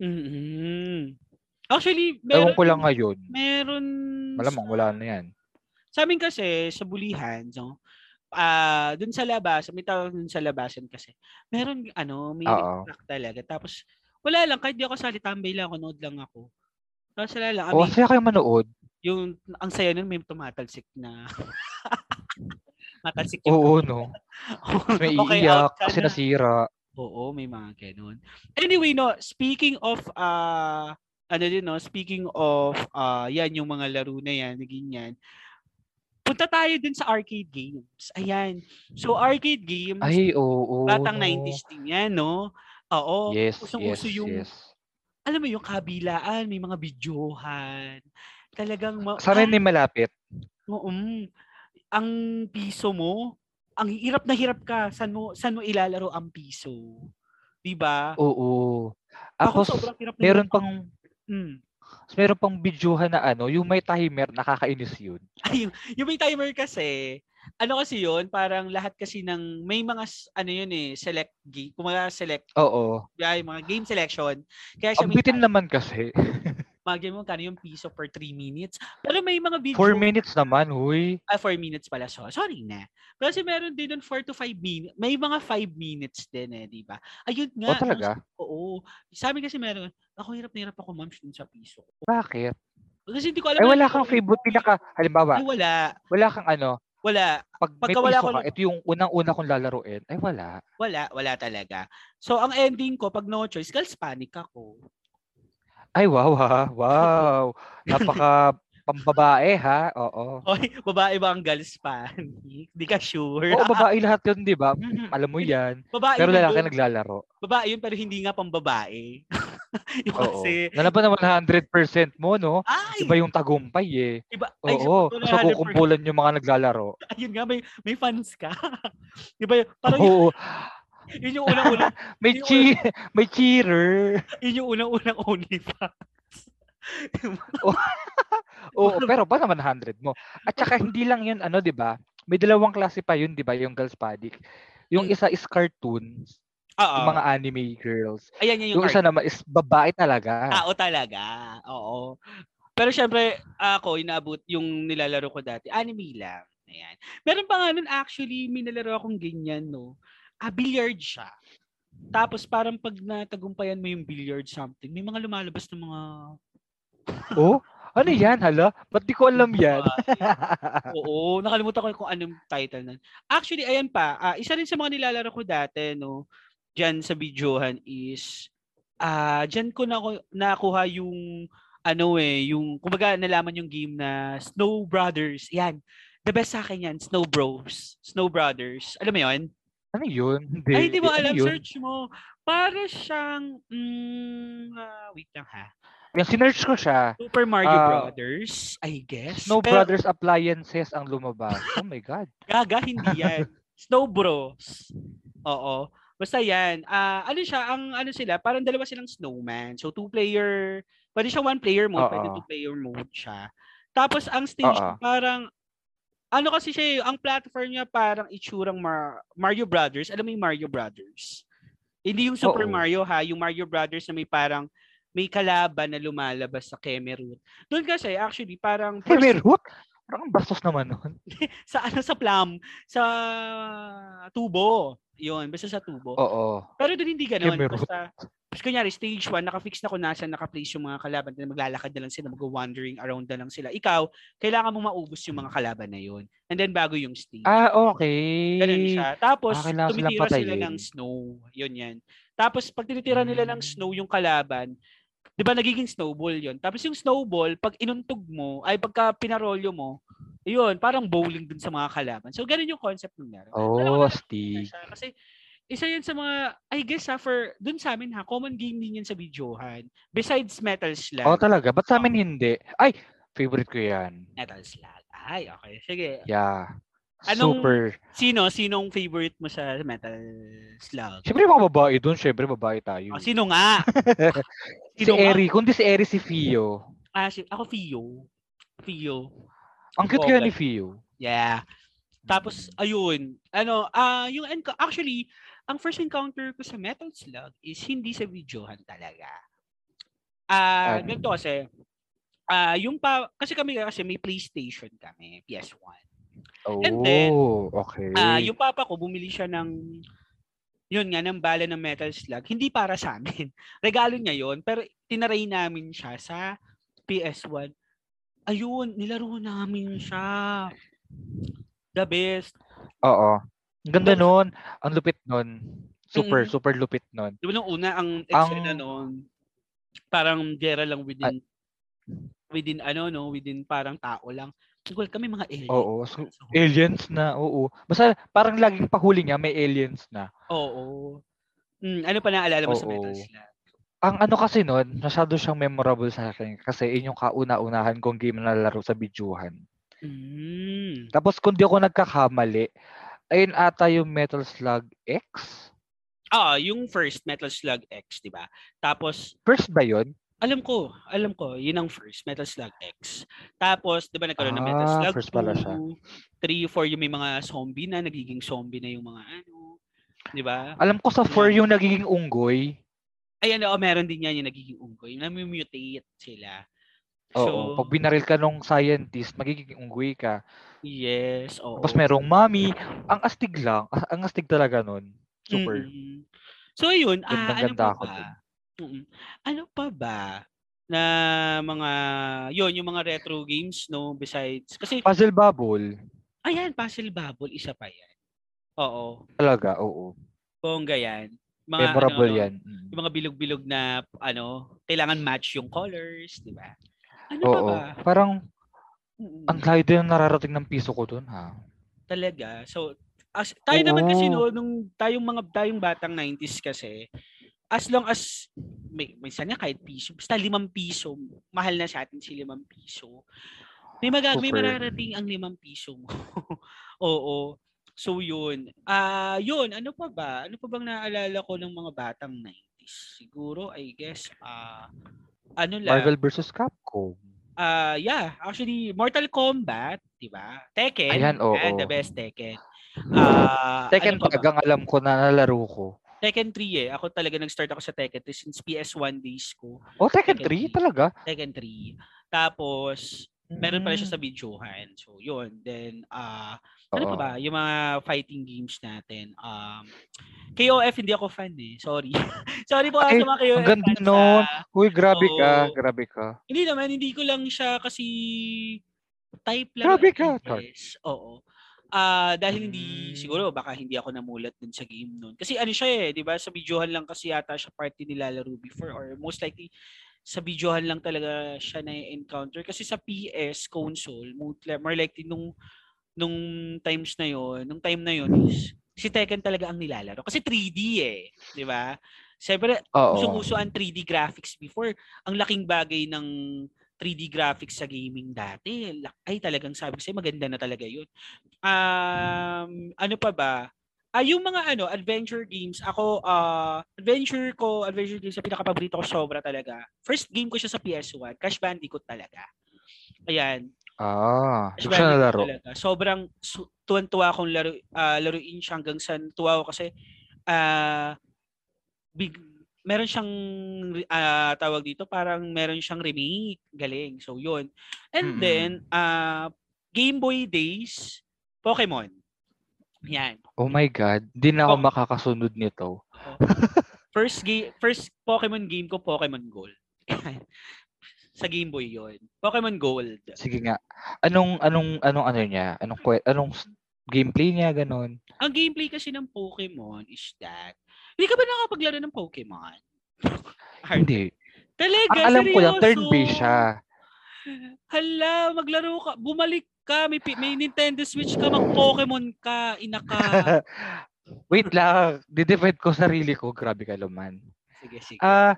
Speaker 2: Mm-mm. Actually,
Speaker 3: Ewan
Speaker 2: meron,
Speaker 3: ko lang ngayon.
Speaker 2: meron
Speaker 3: Malamang wala na yan.
Speaker 2: Sa amin kasi, sa bulihan, so, ah dun sa labas, may tawag dun sa labasan kasi, meron, ano, may
Speaker 3: Oo.
Speaker 2: track talaga. Tapos, wala lang, kahit di ako sali, tambay lang, ako, nood lang ako. Tapos, wala lang,
Speaker 3: O,
Speaker 2: ami-
Speaker 3: Oh, masaya kayo manood.
Speaker 2: yung, ang saya nun, may tumatalsik na, matalsik yung,
Speaker 3: Oo, no. Tapos May iiyak kasi
Speaker 2: na.
Speaker 3: nasira.
Speaker 2: Oo, may mga ganun. Anyway, no, speaking of, ah ano din, no, speaking of, ah yan, yung mga laro na yan, naging yan, punta tayo din sa arcade games. Ayan. So, arcade games,
Speaker 3: Ay, oo.
Speaker 2: batang
Speaker 3: no.
Speaker 2: 90s din yan, no? Oo.
Speaker 3: Yes, yes,
Speaker 2: usong-uso yung,
Speaker 3: yes.
Speaker 2: alam mo, yung kabilaan, may mga videohan. Talagang, ma-
Speaker 3: Sa amin ni malapit.
Speaker 2: Oo. mm. Ang piso mo, ang hirap na hirap ka, saan mo, saan mo ilalaro ang piso? 'Di ba?
Speaker 3: Oo. Ako, s-
Speaker 2: hirap na
Speaker 3: meron
Speaker 2: hirap ako.
Speaker 3: pang
Speaker 2: Mm.
Speaker 3: meron pang bidyuhan na ano, yung may timer, nakakainis yun.
Speaker 2: Ay, yung, yung may timer kasi, ano kasi yun, parang lahat kasi ng, may mga, s- ano yun eh, select game, kung mga select,
Speaker 3: Oo.
Speaker 2: yeah, yung mga game selection. Kaya siya
Speaker 3: Ang
Speaker 2: may
Speaker 3: bitin
Speaker 2: timer.
Speaker 3: naman kasi.
Speaker 2: Mga game mo, kano yung piso per 3 minutes. Pero may mga video,
Speaker 3: 4 minutes naman, huy.
Speaker 2: ah, 4 minutes pala, so, sorry na. Pero kasi meron din nun 4 to 5 minutes, may mga 5 minutes din eh, di ba? Ayun
Speaker 3: O
Speaker 2: nga. ano,
Speaker 3: Oh, talaga?
Speaker 2: oo. Sa amin kasi meron, ako hirap na hirap ako, ma'am, dun sa piso.
Speaker 3: Bakit?
Speaker 2: Kasi hindi ko alam.
Speaker 3: Ay,
Speaker 2: ano
Speaker 3: wala
Speaker 2: yun.
Speaker 3: kang favorite. Pinaka,
Speaker 2: Ay,
Speaker 3: halimbawa,
Speaker 2: wala.
Speaker 3: wala kang ano,
Speaker 2: Wala.
Speaker 3: pag may
Speaker 2: Pagka wala
Speaker 3: piso
Speaker 2: ko
Speaker 3: ka,
Speaker 2: lang-
Speaker 3: ito yung unang-una kong lalaruin. Ay, wala.
Speaker 2: Wala, wala talaga. So, ang ending ko, pag no choice, girls, panic ako.
Speaker 3: Ay, wow, ha? Wow. Napaka pambabae, ha? Oo.
Speaker 2: Oy, babae ba ang girls panic? Di ka sure. Mm-hmm.
Speaker 3: Oo, babae lahat yun, di ba? Mhm, alam mo yan.
Speaker 2: babae,
Speaker 3: Oh. Pero
Speaker 2: yun,
Speaker 3: lalaki
Speaker 2: ano yun.
Speaker 3: naglalaro.
Speaker 2: babae yun, pero hindi nga pang babae. Yung
Speaker 3: Oo.
Speaker 2: kasi,
Speaker 3: Nalaban na 100% mo, no?
Speaker 2: ay,
Speaker 3: Iba yung tagumpay, eh.
Speaker 2: iba, ay, sagot
Speaker 3: Oo.
Speaker 2: ko na
Speaker 3: So,
Speaker 2: 100%.
Speaker 3: kukumpulan yung mga naglalaro.
Speaker 2: Ayun nga, may, may fans ka. iba yun, parang yun,
Speaker 3: Oo.
Speaker 2: yun yung unang-unang,
Speaker 3: May,
Speaker 2: Yung-
Speaker 3: chi- may cheater.
Speaker 2: yun yung unang-unang OnlyFans.
Speaker 3: Oo, pero ba naman 100 mo? At saka hindi lang 'yun ano, 'di ba? May dalawang klase pa 'yun, 'di ba, yung girls panic. Yung
Speaker 2: Hmm.
Speaker 3: isa is cartoons,
Speaker 2: Oo.
Speaker 3: yung mga anime girls.
Speaker 2: Ayan, yan Ah. yung, Ah.
Speaker 3: Yung isa naman is babae talaga.
Speaker 2: Tao talaga. Oo. Pero syempre, ako, inaabot yung nilalaro ko dati. Anime lang. Ayan. Meron pa nga nun, actually, may nalaro akong ganyan, no? Ah, billiard siya. Tapos parang pag natagumpayan mo yung billiard something, may mga lumalabas ng mga...
Speaker 3: Oh, ano 'yan, hala? Ba't di ko alam 'yan?
Speaker 2: Diba? Oo, nakalimutan ko kung anong title nun. Actually, ayan pa, ah, isa rin sa mga nilalaro ko dati, no, dyan sa videohan is, ah, dyan ko na nakuha yung, ano eh, yung, kumbaga nalaman yung game na Snow Brothers. Yan, the best sa akin yan, Snow Bros. Snow Brothers. Alam mo yun?
Speaker 3: Ano 'yun? Hindi.
Speaker 2: Ay, di mo
Speaker 3: Ano
Speaker 2: alam,
Speaker 3: 'yun?
Speaker 2: search mo. Para siyang, mm, ah, wait lang ha,
Speaker 3: Yung sinearch ko siya.
Speaker 2: Super Mario
Speaker 3: Ah,
Speaker 2: Brothers, I guess.
Speaker 3: Snow
Speaker 2: Pero-
Speaker 3: Brothers Appliances ang lumabas. Oh my God.
Speaker 2: Gaga, hindi yan. Snow Bros. Oo. Basta yan. Ah, ano siya, ang ano sila, parang dalawa silang snowman. So, two-player, pwede siya one-player mode, pwede
Speaker 3: Oo.
Speaker 2: two-player mode siya. Tapos, ang stage,
Speaker 3: Oo.
Speaker 2: parang, ano kasi siya, eh, ang platform niya parang itsurang Mar- Mario Brothers. Alam mo yung Mario Brothers? Hindi yung Super
Speaker 3: Oo.
Speaker 2: Mario ha, yung Mario Brothers na may parang may kalaban na lumalabas sa Cameroon. Doon kasi actually parang
Speaker 3: Hey,
Speaker 2: first-
Speaker 3: may root? Parang ang bastos naman nun.
Speaker 2: sa ano sa plum sa tubo yon basta sa tubo
Speaker 3: Oo.
Speaker 2: pero doon hindi ganoon
Speaker 3: Camera.
Speaker 2: basta kasi kunyari stage 1 nakafix na kung nasaan nakaplace yung mga kalaban na maglalakad na lang sila mag-wandering around na lang sila ikaw kailangan mo maubos yung mga kalaban na yon and then bago yung stage
Speaker 3: Ah, okay.
Speaker 2: Ganun siya. Tapos,
Speaker 3: Ah, kailangan silang
Speaker 2: tumitira sila
Speaker 3: patayin.
Speaker 2: ng snow. Yun yan. Tapos, pag tinitira nila ng
Speaker 3: Mm.
Speaker 2: snow yung kalaban, di ba nagiging snowball yun? Tapos yung snowball, pag inuntog mo, ay pagka pinarolyo mo, yun, parang bowling dun sa mga kalaban. So, ganun yung concept nung meron.
Speaker 3: Oh, astig.
Speaker 2: Siya. Kasi, isa yun sa mga, I guess ha, for, dun sa amin ha, common game din yun sa videohan. Besides Metal Slug.
Speaker 3: Oo Oh, talaga. Ba't sa amin hindi? Ay, favorite ko yan.
Speaker 2: Metal Slug. Ay, okay. Sige.
Speaker 3: Yeah.
Speaker 2: Anong-
Speaker 3: Super.
Speaker 2: Sino? Sinong favorite mo sa Metal Slug?
Speaker 3: Siyempre mga babae doon, siyempre babae tayo.
Speaker 2: Oh, sino nga?
Speaker 3: si
Speaker 2: sino nga?
Speaker 3: Eri, kundi si Eri si Fio.
Speaker 2: Ah, si, ako Fio. Fio.
Speaker 3: Ang
Speaker 2: Oo,
Speaker 3: cute kaya ni
Speaker 2: guys.
Speaker 3: Fio.
Speaker 2: Yeah. Tapos, ayun. Ano, ah yung enco- actually, ang first encounter ko sa Metal Slug is hindi sa videohan talaga. Ah,
Speaker 3: Ano?
Speaker 2: ganito kasi, ah, yung pa, kasi kami kasi may PlayStation kami, PS1.
Speaker 3: Oh,
Speaker 2: And then,
Speaker 3: okay.
Speaker 2: Ah, yung papa ko bumili siya ng yun nga ng bala ng metal slug. Hindi para sa amin. Regalo niya yon pero tinaray namin siya sa PS1. Ayun, nilaro namin siya. The best.
Speaker 3: Oo. Ang Ganda nun. Ang lupit nun.
Speaker 2: Ano?
Speaker 3: Super,
Speaker 2: Mm.
Speaker 3: super lupit nun.
Speaker 2: Di ba nung una ang
Speaker 3: Ang-
Speaker 2: eksena noon parang gera lang within within ano no, within parang tao lang. Siguro kami mga alien.
Speaker 3: Oo. So,
Speaker 2: So,
Speaker 3: aliens na, oo. Basta parang laging pahuli niya, may aliens na.
Speaker 2: Oo. Mm, ano pa naalala mo sa
Speaker 3: Oo.
Speaker 2: metal slug?
Speaker 3: Ang ano kasi nun, masyado siyang memorable sa akin kasi yun yung kauna-unahan kong game na nalaro sa bidyuhan.
Speaker 2: Mm.
Speaker 3: Tapos kung di ako nagkakamali, ayun ata yung Metal Slug X.
Speaker 2: Ah, yung first Metal Slug X, 'di ba? Tapos
Speaker 3: First ba yun?
Speaker 2: alam ko, alam ko, yun ang first Metal Slug X. Tapos 'di ba nagkaroon ng Metal
Speaker 3: Ah,
Speaker 2: Slug
Speaker 3: first pala siya.
Speaker 2: 2, 3, 4 yung may mga zombie na nagiging zombie na yung mga ano, 'di ba?
Speaker 3: Alam ko sa 4 yung nagiging unggoy.
Speaker 2: Ayan, oo, meron din yan yung nagiging unggoy. Nami-mutate sila.
Speaker 3: Oo. pag binaril ka nung scientist, magiging unggoy ka.
Speaker 2: yes, oo.
Speaker 3: Tapos merong mami. Ang astig lang. a- Ang astig talaga nun. Super.
Speaker 2: Mm-mm. Mm-hmm. So, yun. Ah, ano
Speaker 3: Gandang-ganda
Speaker 2: pa
Speaker 3: ako
Speaker 2: ba?
Speaker 3: dun.
Speaker 2: Mm-mm. Ano pa ba na mga, yun, yung mga retro games, no, besides, kasi,
Speaker 3: Puzzle Bubble.
Speaker 2: ayan, Puzzle Bubble, isa pa yan. Oo,
Speaker 3: Talaga, oo.
Speaker 2: bongga yan. Mga,
Speaker 3: Memorable
Speaker 2: ano,
Speaker 3: yan. Mm.
Speaker 2: Yung mga bilog-bilog na, ano, kailangan match yung colors, di ba? Ano pa
Speaker 3: Oo.
Speaker 2: ba?
Speaker 3: Parang
Speaker 2: Mm-mm.
Speaker 3: ang layo din ang nararating ng piso ko dun ha.
Speaker 2: Talaga. So, as, tayo
Speaker 3: Oh,
Speaker 2: naman kasi no, nung tayong mga tayong batang 90s kasi, as long as may minsan nga kahit piso, basta limang piso, mahal na sa atin si limang piso. May magag may
Speaker 3: Super.
Speaker 2: mararating ang limang piso mo. Oo. So yun. Ah, yun, ano pa ba? Ano pa bang naalala ko ng mga batang 90s? Siguro, I guess, ah ano lang.
Speaker 3: Marvel vs. Capcom.
Speaker 2: Ah, yeah, actually Mortal Kombat, 'di ba? Tekken.
Speaker 3: Ayan, oo.
Speaker 2: ayan, the best Tekken. Ah,
Speaker 3: Tekken
Speaker 2: ano pa ba?
Speaker 3: talagang alam ko na nalaro ko.
Speaker 2: Tekken 3 eh. Ako talaga nag-start ako sa Tekken 3 since PS1 days ko.
Speaker 3: Oh, Tekken
Speaker 2: Tekken
Speaker 3: 3
Speaker 2: three.
Speaker 3: talaga?
Speaker 2: Tekken 3. Tapos meron pala siya sa videohan. So, 'yun. Then ah ano pa
Speaker 3: Hmm. Oo.
Speaker 2: ba yung mga fighting games natin? Um KOF hindi ako fan eh. Sorry. Sorry po ah,
Speaker 3: Ay,
Speaker 2: sa mga KOF
Speaker 3: ang ganda
Speaker 2: fans,
Speaker 3: nun.
Speaker 2: ah.
Speaker 3: Uy, grabe ka,
Speaker 2: Oo.
Speaker 3: grabe ka.
Speaker 2: Hindi naman, hindi ko lang siya kasi type lang.
Speaker 3: Grabe
Speaker 2: ng
Speaker 3: ka, Tar.
Speaker 2: interest. Oo. Ah, dahil hindi
Speaker 3: Mm.
Speaker 2: siguro baka hindi ako namulat dun sa game noon. Kasi ano siya eh, 'di ba? Sa videohan lang kasi yata siya party nilalaro before or most likely sa videohan lang talaga siya na-encounter kasi sa PS console, more li- more likely nung nung times na yon, nung time na yon is si Tekken talaga ang nilalaro kasi 3D eh, 'di ba? Siyempre,
Speaker 3: Oo.
Speaker 2: usong-uso ang 3D graphics before. Ang laking bagay ng 3D graphics sa gaming dati. Lak- Ay, talagang sabi ko sa'yo, maganda na talaga yun. Um, ano pa ba? Ah, yung mga ano, adventure games, ako, ah, adventure ko, adventure games, sa pinakapaborito ko sobra talaga. First game ko siya sa PS1, Crash Bandicoot talaga. Ayan,
Speaker 3: Ah,
Speaker 2: Crash
Speaker 3: hindi ko siya
Speaker 2: Bandicoot
Speaker 3: nalaro.
Speaker 2: talaga. Sobrang su- tuwan-tuwa akong laro, ah, laruin siya hanggang sa tuwa ako kasi ah big, meron siyang re- ah, tawag dito, parang meron siyang remake. Galing. So, yun. And
Speaker 3: Mm-mm.
Speaker 2: then, ah Game Boy Days, Pokemon. Yan.
Speaker 3: Oh my God, hindi na ako
Speaker 2: Oh.
Speaker 3: makakasunod nito.
Speaker 2: First game, first Pokemon game ko, Pokemon Gold. sa Game Boy yon Pokemon Gold.
Speaker 3: Sige nga. Anong, anong, anong ano niya? Anong, kwe- anong s- gameplay niya, ganun?
Speaker 2: Ang gameplay kasi ng Pokemon is that, hindi ka ba nakapaglaro ng Pokemon? Hard.
Speaker 3: Hindi.
Speaker 2: Talaga,
Speaker 3: Ang alam ko lang,
Speaker 2: seryoso?
Speaker 3: turn based siya.
Speaker 2: Hala, maglaro ka. Bumalik ka. May, pi- may Nintendo Switch ka. Mag-Pokemon ka. Ina ka.
Speaker 3: Wait lang, didefend ko sarili ko. Grabe ka luman.
Speaker 2: Sige, sige.
Speaker 3: Ah,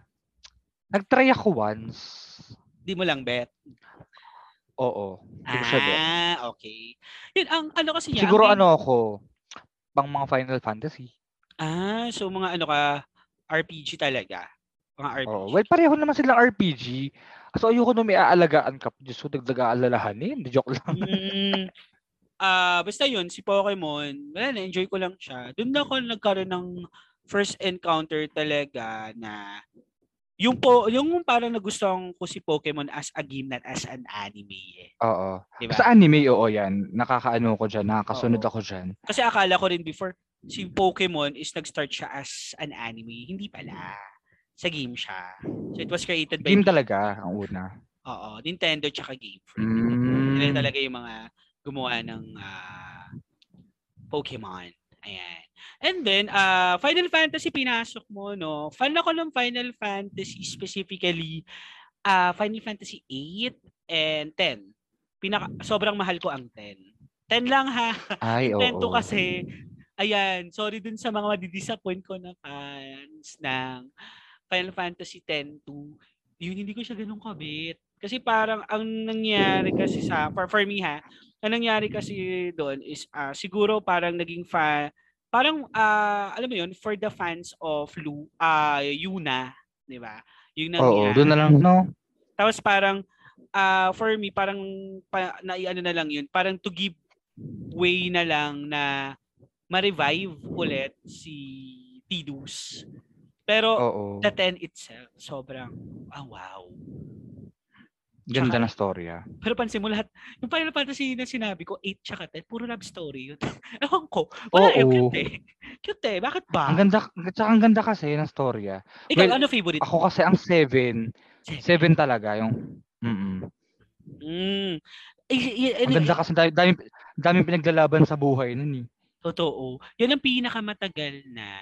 Speaker 3: nagtry ako once.
Speaker 2: Di mo lang bet.
Speaker 3: Oo. Hindi ko siya bet.
Speaker 2: Ah, okay. Yun, ang ano kasi niya. ang
Speaker 3: Siguro
Speaker 2: game-
Speaker 3: ano ako, pang mga Final Fantasy.
Speaker 2: Ah, so mga ano ka, RPG talaga. Mga RPG.
Speaker 3: Oo. Oh, Well, pareho naman silang RPG. So, ayoko na may aalagaan ka. Diyos ko, dagdag-aalalahanin. Joke lang.
Speaker 2: Mm, ah basta yun, si Pokemon, wala na, enjoy ko lang siya. Doon na ako nagkaroon ng first encounter talaga na Yung po, yung parang nagustuhan ko si Pokemon as a game not as an anime eh.
Speaker 3: Oo.
Speaker 2: Di ba?
Speaker 3: Sa anime, oo yan. Nakakaano ko dyan. Nakakasunod
Speaker 2: Oo.
Speaker 3: ako dyan.
Speaker 2: Kasi akala ko rin before, si Pokemon is nag-start siya as an anime. Hindi pala. Sa game siya. So it was created by
Speaker 3: Game talaga ang una.
Speaker 2: Oo, Nintendo tsaka Game Freak.
Speaker 3: Mm.
Speaker 2: Sila talaga yung mga gumawa ng ah, Pokemon. Ayan. And then, ah, Final Fantasy pinasok mo, no? Fan ako ng Final Fantasy, specifically ah, Final Fantasy 8 and 10. Pinaka, sobrang mahal ko ang 10. 10 lang ha.
Speaker 3: Ay, oo.
Speaker 2: Tento kasi, ayan, sorry dun sa mga madidisappoint ko na fans ng Final Fantasy X-2. Yun, hindi ko siya ganun kabit. Kasi parang ang nangyari kasi sa, for, for me ha, ang nangyari kasi doon is ah, siguro parang naging fan, parang ah, alam mo yun, for the fans of Lu, ah Yuna, di ba? Yung
Speaker 3: Oo,
Speaker 2: nangyari.
Speaker 3: doon na lang, no?
Speaker 2: Tapos parang ah, for me parang pa, na ano na lang yun, parang to give way na lang na ma-revive ulit si Tidus. Pero
Speaker 3: Oo.
Speaker 2: the 10 itself, sobrang ah, wow.
Speaker 3: Ganda na story, ah.
Speaker 2: Pero pansin mo lahat, yung Final Fantasy na sinabi ko, 8 tsaka 10, puro love story yun. Ewan ko, wala eh,
Speaker 3: Oo.
Speaker 2: cute eh. Cute eh, bakit ba?
Speaker 3: Ang ganda, tsaka ang ganda kasi ng story, ah.
Speaker 2: Ikaw,
Speaker 3: well,
Speaker 2: ano favorite? mo?
Speaker 3: Ako kasi ang seven. Seven talaga, yung... Mm-mm.
Speaker 2: Mm. I- i-
Speaker 3: Ang ganda kasi dami, dami, daming pinaglalaban sa buhay nun, eh.
Speaker 2: Totoo. Yan ang pinakamatagal na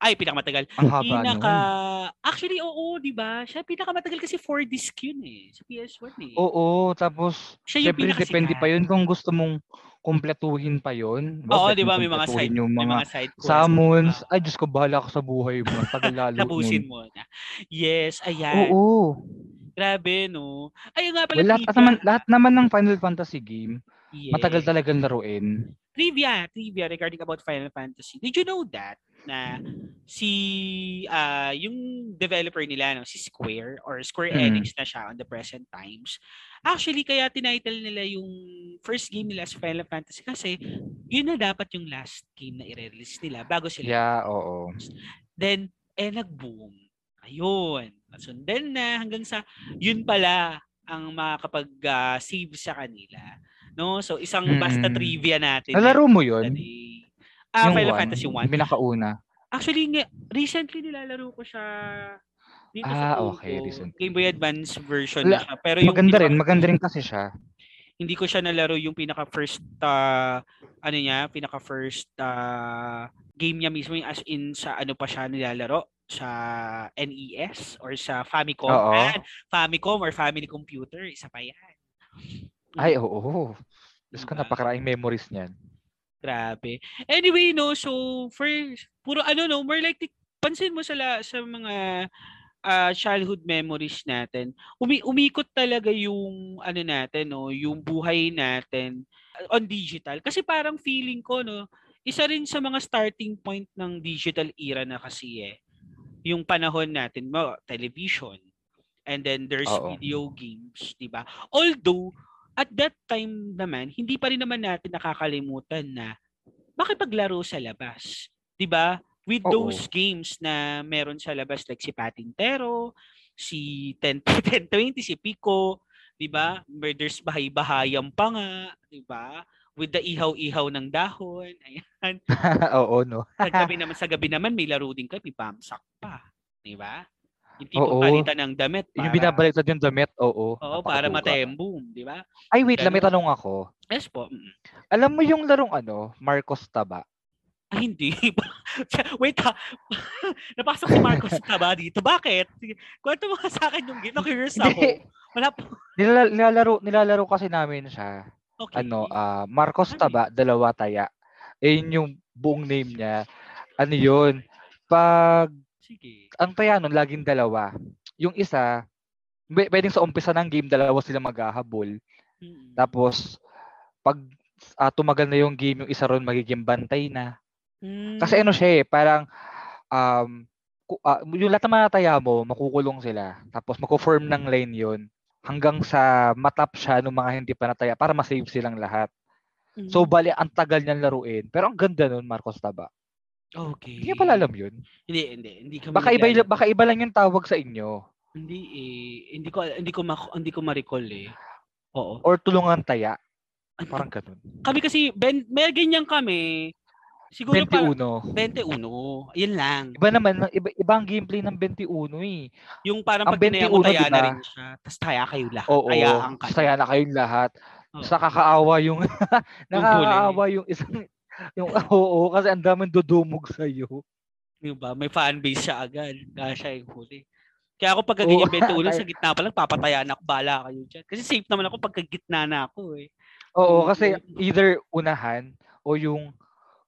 Speaker 2: ay pinakamatagal.
Speaker 3: Ang haba
Speaker 2: Pinaka
Speaker 3: nun.
Speaker 2: Actually oo, 'di ba? Siya pinakamatagal kasi 4 disc yun eh sa PS1 eh.
Speaker 3: Oo, tapos
Speaker 2: Siya yung
Speaker 3: Siyempre,
Speaker 2: pinakasikat.
Speaker 3: Oh, depende pa yun kung gusto mong kumpletuhin pa yun.
Speaker 2: Oo, 'di
Speaker 3: Pwede
Speaker 2: ba?
Speaker 3: mong
Speaker 2: May mga
Speaker 3: kumpletuhin
Speaker 2: side
Speaker 3: yung
Speaker 2: may
Speaker 3: mga,
Speaker 2: mga side quest.
Speaker 3: summons.
Speaker 2: Oo,
Speaker 3: Ay, Diyos ko, bahala ka sa buhay mo. Tagal lalo nun.
Speaker 2: tapusin mo na. Yes, ayan.
Speaker 3: Oo.
Speaker 2: Grabe no. Ayun nga pala.
Speaker 3: Well, lahat, at
Speaker 2: trivia.
Speaker 3: naman, lahat naman ng Final Fantasy game,
Speaker 2: Yes.
Speaker 3: matagal talagang laruin.
Speaker 2: trivia, trivia regarding about Final Fantasy. Did you know that na si ah yung developer nila no, si Square or Square
Speaker 3: Mm.
Speaker 2: Enix na siya on the present times. Actually kaya tinitle nila yung first game nila sa Final Fantasy kasi yun na dapat yung last game na i-release nila bago sila.
Speaker 3: Yeah, oo.
Speaker 2: Then eh nag-boom. Ayun. Sundan na hanggang sa yun pala ang makakapag-save sa kanila. No? So isang basta
Speaker 3: Mm.
Speaker 2: trivia natin.
Speaker 3: Nalaro mo yun?
Speaker 2: Study. Ah,
Speaker 3: yung
Speaker 2: Final
Speaker 3: one,
Speaker 2: Fantasy
Speaker 3: Yung
Speaker 2: 1.
Speaker 3: pinakauna.
Speaker 2: Actually, nga- recently nilalaro ko siya dito sa
Speaker 3: Ah,
Speaker 2: Pogo.
Speaker 3: okay, recently.
Speaker 2: Game Boy Advance version na
Speaker 3: Wala,
Speaker 2: siya. Pero yung
Speaker 3: Maganda
Speaker 2: pinaka-
Speaker 3: rin. Maganda rin kasi siya.
Speaker 2: Hindi ko siya nalaro yung pinaka first ah, ano niya, pinaka first ah, game niya mismo yung as in sa ano pa siya nilalaro sa NES or sa Famicom.
Speaker 3: Oo.
Speaker 2: Ah, Famicom or Family Computer, isa pa yan.
Speaker 3: Ay, oo. Diyos ko,
Speaker 2: Diba?
Speaker 3: napakaraming memories niyan.
Speaker 2: Grabe. Anyway, no, so for puro ano no, more like tic- pansin mo sa la- sa mga ah, childhood memories natin. Umi umikot talaga yung ano natin no, yung buhay natin ah, on digital kasi parang feeling ko no, isa rin sa mga starting point ng digital era na kasi eh. Yung panahon natin mo, television. And then there's
Speaker 3: Oo.
Speaker 2: video games, 'di ba? Although at that time naman, hindi pa rin naman natin nakakalimutan na makipaglaro sa labas. 'Di ba? With
Speaker 3: Oo.
Speaker 2: those games na meron sa labas like si Patintero, si 10 1020, si Pico, 'di ba? Murders bahay-bahayang pa nga, 'di ba? With the ihaw-ihaw ng dahon. Ayan.
Speaker 3: oo, no?
Speaker 2: Sa gabi naman, sa gabi naman may laro din kami, pamsak pa, 'di ba? Yung tipong
Speaker 3: Oo.
Speaker 2: palitan ng damit para,
Speaker 3: Yung binabaliktad yung damit, oo.
Speaker 2: Oo, para
Speaker 3: Napakatuka.
Speaker 2: matembong, 'di ba?
Speaker 3: Ay, wait lang, may
Speaker 2: Ganun.
Speaker 3: tanong ako.
Speaker 2: Yes po. mm.
Speaker 3: Alam mo yung larong ano, Marcos Taba?
Speaker 2: Ah, hindi. Wait ha. Napasok si Marcos sa taba dito. Bakit? Sige, Kwento mo nga sa akin yung gino. Curious ako.
Speaker 3: Hindi.
Speaker 2: Wala po.
Speaker 3: Nilala- nilalaro, nilalaro kasi namin siya.
Speaker 2: Okay.
Speaker 3: Ano, ah, Marcos
Speaker 2: Ano
Speaker 3: Taba, dalawa taya. Ayun yung buong name niya. Ano yun? Pag,
Speaker 2: Sige.
Speaker 3: ang taya nun, laging dalawa. Yung isa, pwe- pwedeng sa umpisa ng game, dalawa sila maghahabol.
Speaker 2: Mm-mm.
Speaker 3: Tapos, pag ah, tumagal na yung game, yung isa ron magiging bantay na. Kasi
Speaker 2: Mm.
Speaker 3: ano siya eh, parang um, ku- ah, yung lahat ng mga taya mo, makukulong sila. Tapos magko-form ng lane yun hanggang sa matap siya ng mga hindi pa nataya para masave silang lahat. So,
Speaker 2: Mm.
Speaker 3: bali, ang tagal niyang laruin. Pero ang ganda nun, Marcos Taba.
Speaker 2: Okay.
Speaker 3: Hindi niya pala alam yun.
Speaker 2: Hindi, hindi. Hindi kami
Speaker 3: Baka iba,
Speaker 2: nag-ano.
Speaker 3: baka iba lang yung tawag sa inyo.
Speaker 2: Hindi eh. Hindi ko, hindi ko, ma- hindi ko ma-recall eh. Oo.
Speaker 3: Or tulungan taya.
Speaker 2: Ano-
Speaker 3: Parang ganun.
Speaker 2: Kami kasi, ben, may ganyan kami. Siguro
Speaker 3: 21.
Speaker 2: parang 21. Yun lang.
Speaker 3: Iba naman, iba, iba ang gameplay ng 21 eh.
Speaker 2: Yung parang
Speaker 3: Ang
Speaker 2: pag tinaya mo,
Speaker 3: 21,
Speaker 2: taya
Speaker 3: diba?
Speaker 2: na rin siya. Tapos taya kayo lahat.
Speaker 3: Oo.
Speaker 2: Tayaan ka.
Speaker 3: Saya na kayong lahat.
Speaker 2: Oo.
Speaker 3: Sa kakaawa yung nakakaawa yung isang yung oo kasi ang daming dudumog sa iyo.
Speaker 2: Diba? May fanbase siya agad. Kaya siya yung huli. Kaya ako pagka ganyan 21, sa gitna pa lang, papatayan ako. Bala kayo dyan. Kasi safe naman ako pagka gitna na ako eh.
Speaker 3: Oo kasi either unahan o yung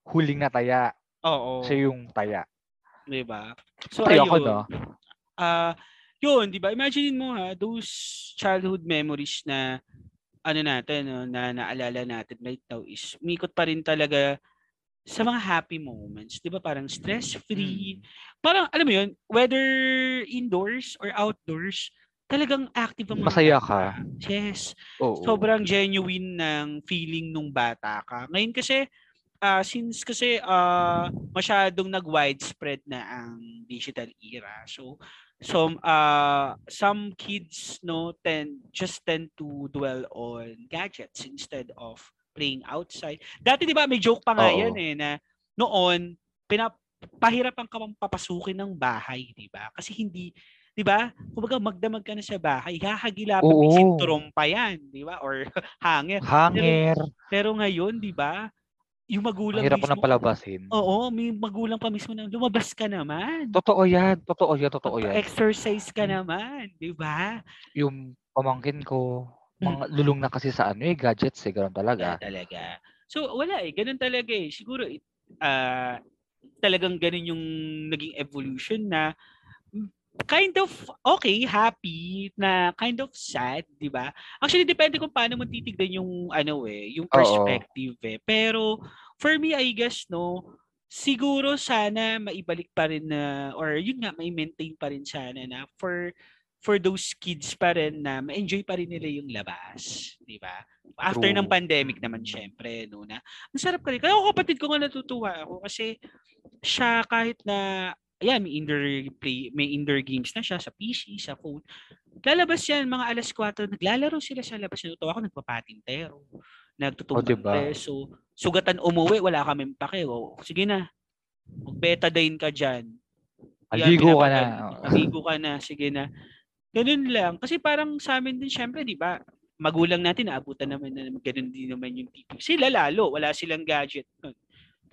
Speaker 3: huling nataya,
Speaker 2: Oo.
Speaker 3: siya yung taya.
Speaker 2: Diba? So,
Speaker 3: Tayo ako
Speaker 2: ayun.
Speaker 3: no.
Speaker 2: ah yun, 'di ba? Imagine mo ha, those childhood memories na ano natin no, na naalala natin right now is umikot pa rin talaga sa mga happy moments, 'di ba? Parang
Speaker 3: Mm. Hmm.
Speaker 2: stress-free. Parang alam mo 'yun, whether indoors or outdoors, talagang active ang mga
Speaker 3: Masaya
Speaker 2: bata.
Speaker 3: ka.
Speaker 2: Yes
Speaker 3: Oo.
Speaker 2: sobrang genuine ng feeling nung bata ka. Ngayon kasi, ah, since kasi ah, masyadong nag-widespread na ang digital era. So, some, ah, some kids no, tend, just tend to dwell on gadgets instead of playing outside. Dati di ba may joke pa nga
Speaker 3: Oo.
Speaker 2: yan eh na noon, pinap pahirap ang kamang papasukin ng bahay, di ba? Kasi hindi, di ba? Kumbaga magdamag ka na sa bahay, hahagilapan
Speaker 3: Oo.
Speaker 2: minsan trompa yan, di ba? Or hangin.
Speaker 3: Hanger.
Speaker 2: Pero ngayon, di ba? Yung magulang
Speaker 3: Ang hirap ko
Speaker 2: mismo.
Speaker 3: nang palabasin.
Speaker 2: Oo, may magulang pa mismo na lumabas ka naman.
Speaker 3: Totoo yan. Totoo yan. Totoo yan. Mm.
Speaker 2: Exercise ka naman, di ba?
Speaker 3: Yung pamangkin ko,
Speaker 2: Mm.
Speaker 3: mga lulong na kasi sa ano eh, gadgets eh, ganun
Speaker 2: Wala
Speaker 3: talaga.
Speaker 2: talaga. So, wala eh. Ganun talaga eh. Siguro, it- ah, talagang ganun yung naging evolution na mm, kind of okay, happy, na kind of sad, di ba? Actually, depende kung paano mo titignan yung, ano eh, yung perspective eh. Pero, for me, I guess, no, siguro sana maibalik pa rin na, or yun nga, may maintain pa rin sana na for for those kids pa rin na ma-enjoy pa rin nila yung labas, di ba? after ng
Speaker 3: True.
Speaker 2: pandemic naman syempre no na ang sarap kasi kaya ako kapatid ko nga natutuwa ako kasi siya kahit na ayan may indoor play may indoor games na siya sa PC sa phone lalabas yan mga alas 4 naglalaro sila sa labas natutuwa ako nagpapatintero nagtutumbang
Speaker 3: O, diba?
Speaker 2: preso sugatan umuwi wala kaming pake o, sige na magbetadine ka dyan yan,
Speaker 3: Aligo ka na. oh.
Speaker 2: pinapadali. Aligo ka na, sige na. Ganun lang. Kasi parang sa amin din, syempre, di ba, magulang natin, naabutan naman na ganun din naman yung tipo. Sila lalo, wala silang gadget. nun.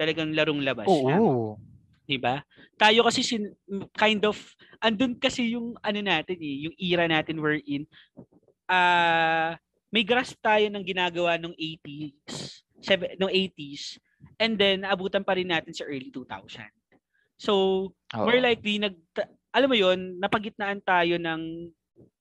Speaker 2: Talagang larong labas. lang,
Speaker 3: Oo.
Speaker 2: Di ba? Tayo kasi sin- kind of, andun kasi yung ano natin eh, yung era natin we're in. Ah, may grasp tayo ng ginagawa ng 80s, seven, ng 80s, and then abutan pa rin natin sa early 2000. So,
Speaker 3: Oo.
Speaker 2: more likely nag ta- alam mo yon napagitnaan tayo ng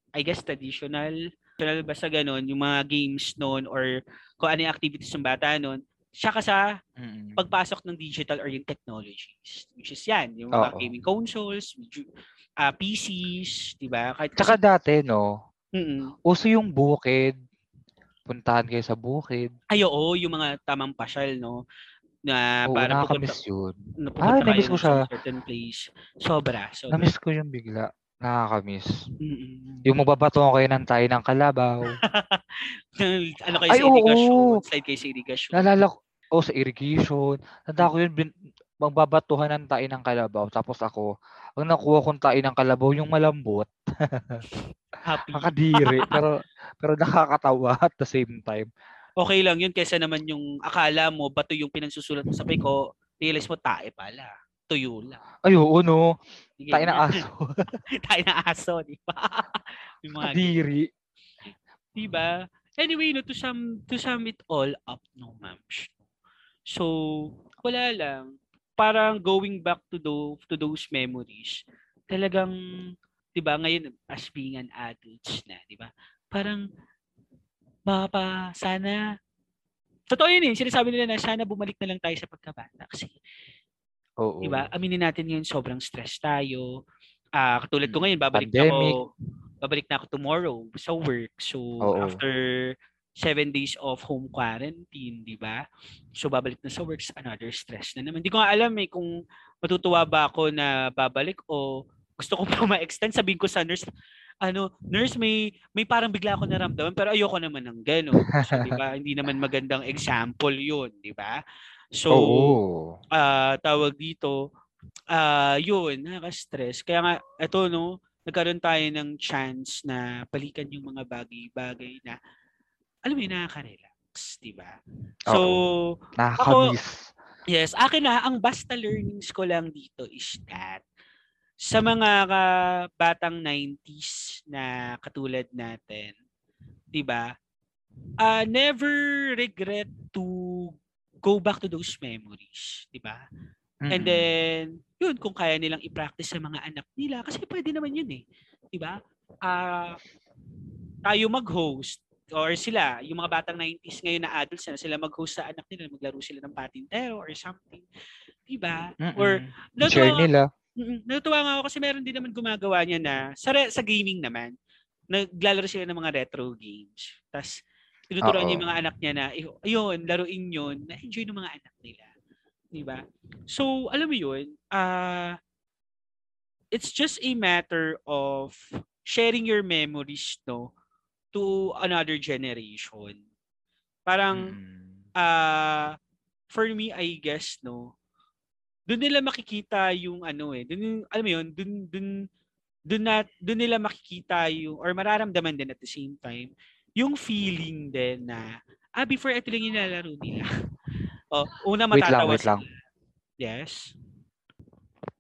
Speaker 2: I guess traditional traditional basta ganun yung mga games noon or kung ano yung activities ng bata noon siya ka sa
Speaker 3: Mm.
Speaker 2: pagpasok ng digital or yung technologies which is yan yung mga
Speaker 3: Oo.
Speaker 2: gaming consoles ju- ah, PCs di ba kahit
Speaker 3: Tsaka dati, no,
Speaker 2: Mm-mm.
Speaker 3: uso yung bukid. Puntahan kayo sa bukid.
Speaker 2: ay oo yung mga tamang pasyal no na
Speaker 3: Oo,
Speaker 2: para Ah, pupunta,
Speaker 3: nakakamiss yun.
Speaker 2: na
Speaker 3: Ah,
Speaker 2: pupunta kayo
Speaker 3: namiss ko
Speaker 2: ng
Speaker 3: siya.
Speaker 2: certain place sobra sobra
Speaker 3: Namiss ko yung bigla. Nakakamiss.
Speaker 2: Mm-mm.
Speaker 3: Yung mababato kayo ng tayo ng kalabaw.
Speaker 2: ano kayo
Speaker 3: Ay,
Speaker 2: sa irrigation
Speaker 3: oo.
Speaker 2: slide kayo sa irrigation
Speaker 3: Naalala ko, oh, sa irrigation. Tanda ko yun, bin, magbabatuhan ng tayo ng kalabaw. Tapos ako, ang nakuha kong tayo ng kalabaw, yung malambot.
Speaker 2: happy
Speaker 3: Nakadiri. pero, pero nakakatawa at the same time.
Speaker 2: okay lang yun kaysa naman yung akala mo bato yung pinagsusulat mo sa ko realize mo tae pala tuyo lang
Speaker 3: Ay, oo, no.
Speaker 2: Sige,
Speaker 3: Tayo ng
Speaker 2: ganyan.
Speaker 3: aso.
Speaker 2: tayo ng aso di ba yung mga
Speaker 3: Nakadiri.
Speaker 2: di ba anyway no to sum to sum it all up no ma'am so wala lang parang going back to do to those memories talagang 'di ba ngayon as being an adults na 'di ba parang mapa sana totoo yun eh sinasabi nila na sana bumalik na lang tayo sa pagkabata kasi
Speaker 3: Oo.
Speaker 2: Diba? Aminin natin ngayon sobrang stress tayo. Ah, katulad ko
Speaker 3: Mm,
Speaker 2: ngayon babalik na
Speaker 3: pandemic.
Speaker 2: ako babalik na ako tomorrow sa work. So
Speaker 3: Oo.
Speaker 2: after seven days of home quarantine, di ba? So, babalik na sa works, another stress na naman. Hindi ko nga alam eh kung matutuwa ba ako na babalik o gusto ko pa ma-extend. Sabihin ko sa nurse, ano, nurse, may, may parang bigla ako naramdaman, pero ayoko naman ng gano'n. So, di ba? Hindi naman magandang example yun, di ba? So,
Speaker 3: Oo.
Speaker 2: ah tawag dito, ah yun, nakaka-stress. Kaya nga, eto no, nagkaroon tayo ng chance na palikan yung mga bagay-bagay na, alam mo yun, nakaka-relax, di ba? So,
Speaker 3: Nakakamiss.
Speaker 2: yes, akin na, ang basta learnings ko lang dito is that, sa mga ka- batang 90s na katulad natin, 'di ba? Uh, never regret to go back to those memories, 'di ba? And
Speaker 3: Mm-mm.
Speaker 2: then, yun, kung kaya nilang i-practice sa mga anak nila, kasi pwede naman yun eh. Diba? Ah, tayo mag-host, or sila, yung mga batang 90s ngayon na adults na, sila mag-host sa anak nila, maglaro sila ng patintero or something. Diba?
Speaker 3: Mm-mm.
Speaker 2: Or,
Speaker 3: share
Speaker 2: natuwa,
Speaker 3: nila.
Speaker 2: Mm, natuwa nga ako kasi meron din naman gumagawa niya na, sa, re- sa gaming naman, naglalaro sila ng mga retro games. Tapos, tinuturuan niya
Speaker 3: Oo.
Speaker 2: yung mga anak niya na, "Iyo- ayun, laruin yun, na-enjoy ng mga anak nila. Di ba? So, alam mo yun, ah, it's just a matter of sharing your memories, no, to another generation. Parang,
Speaker 3: Mm-mm.
Speaker 2: ah for me I guess no doon nila makikita yung ano eh doon alam mo yun doon doon doon na doon nila makikita yung or mararamdaman din at the same time yung feeling din na ah before ito lang yung nilalaro nila oh una
Speaker 3: Wait lang,
Speaker 2: matatawa
Speaker 3: wait lang.
Speaker 2: sila. yes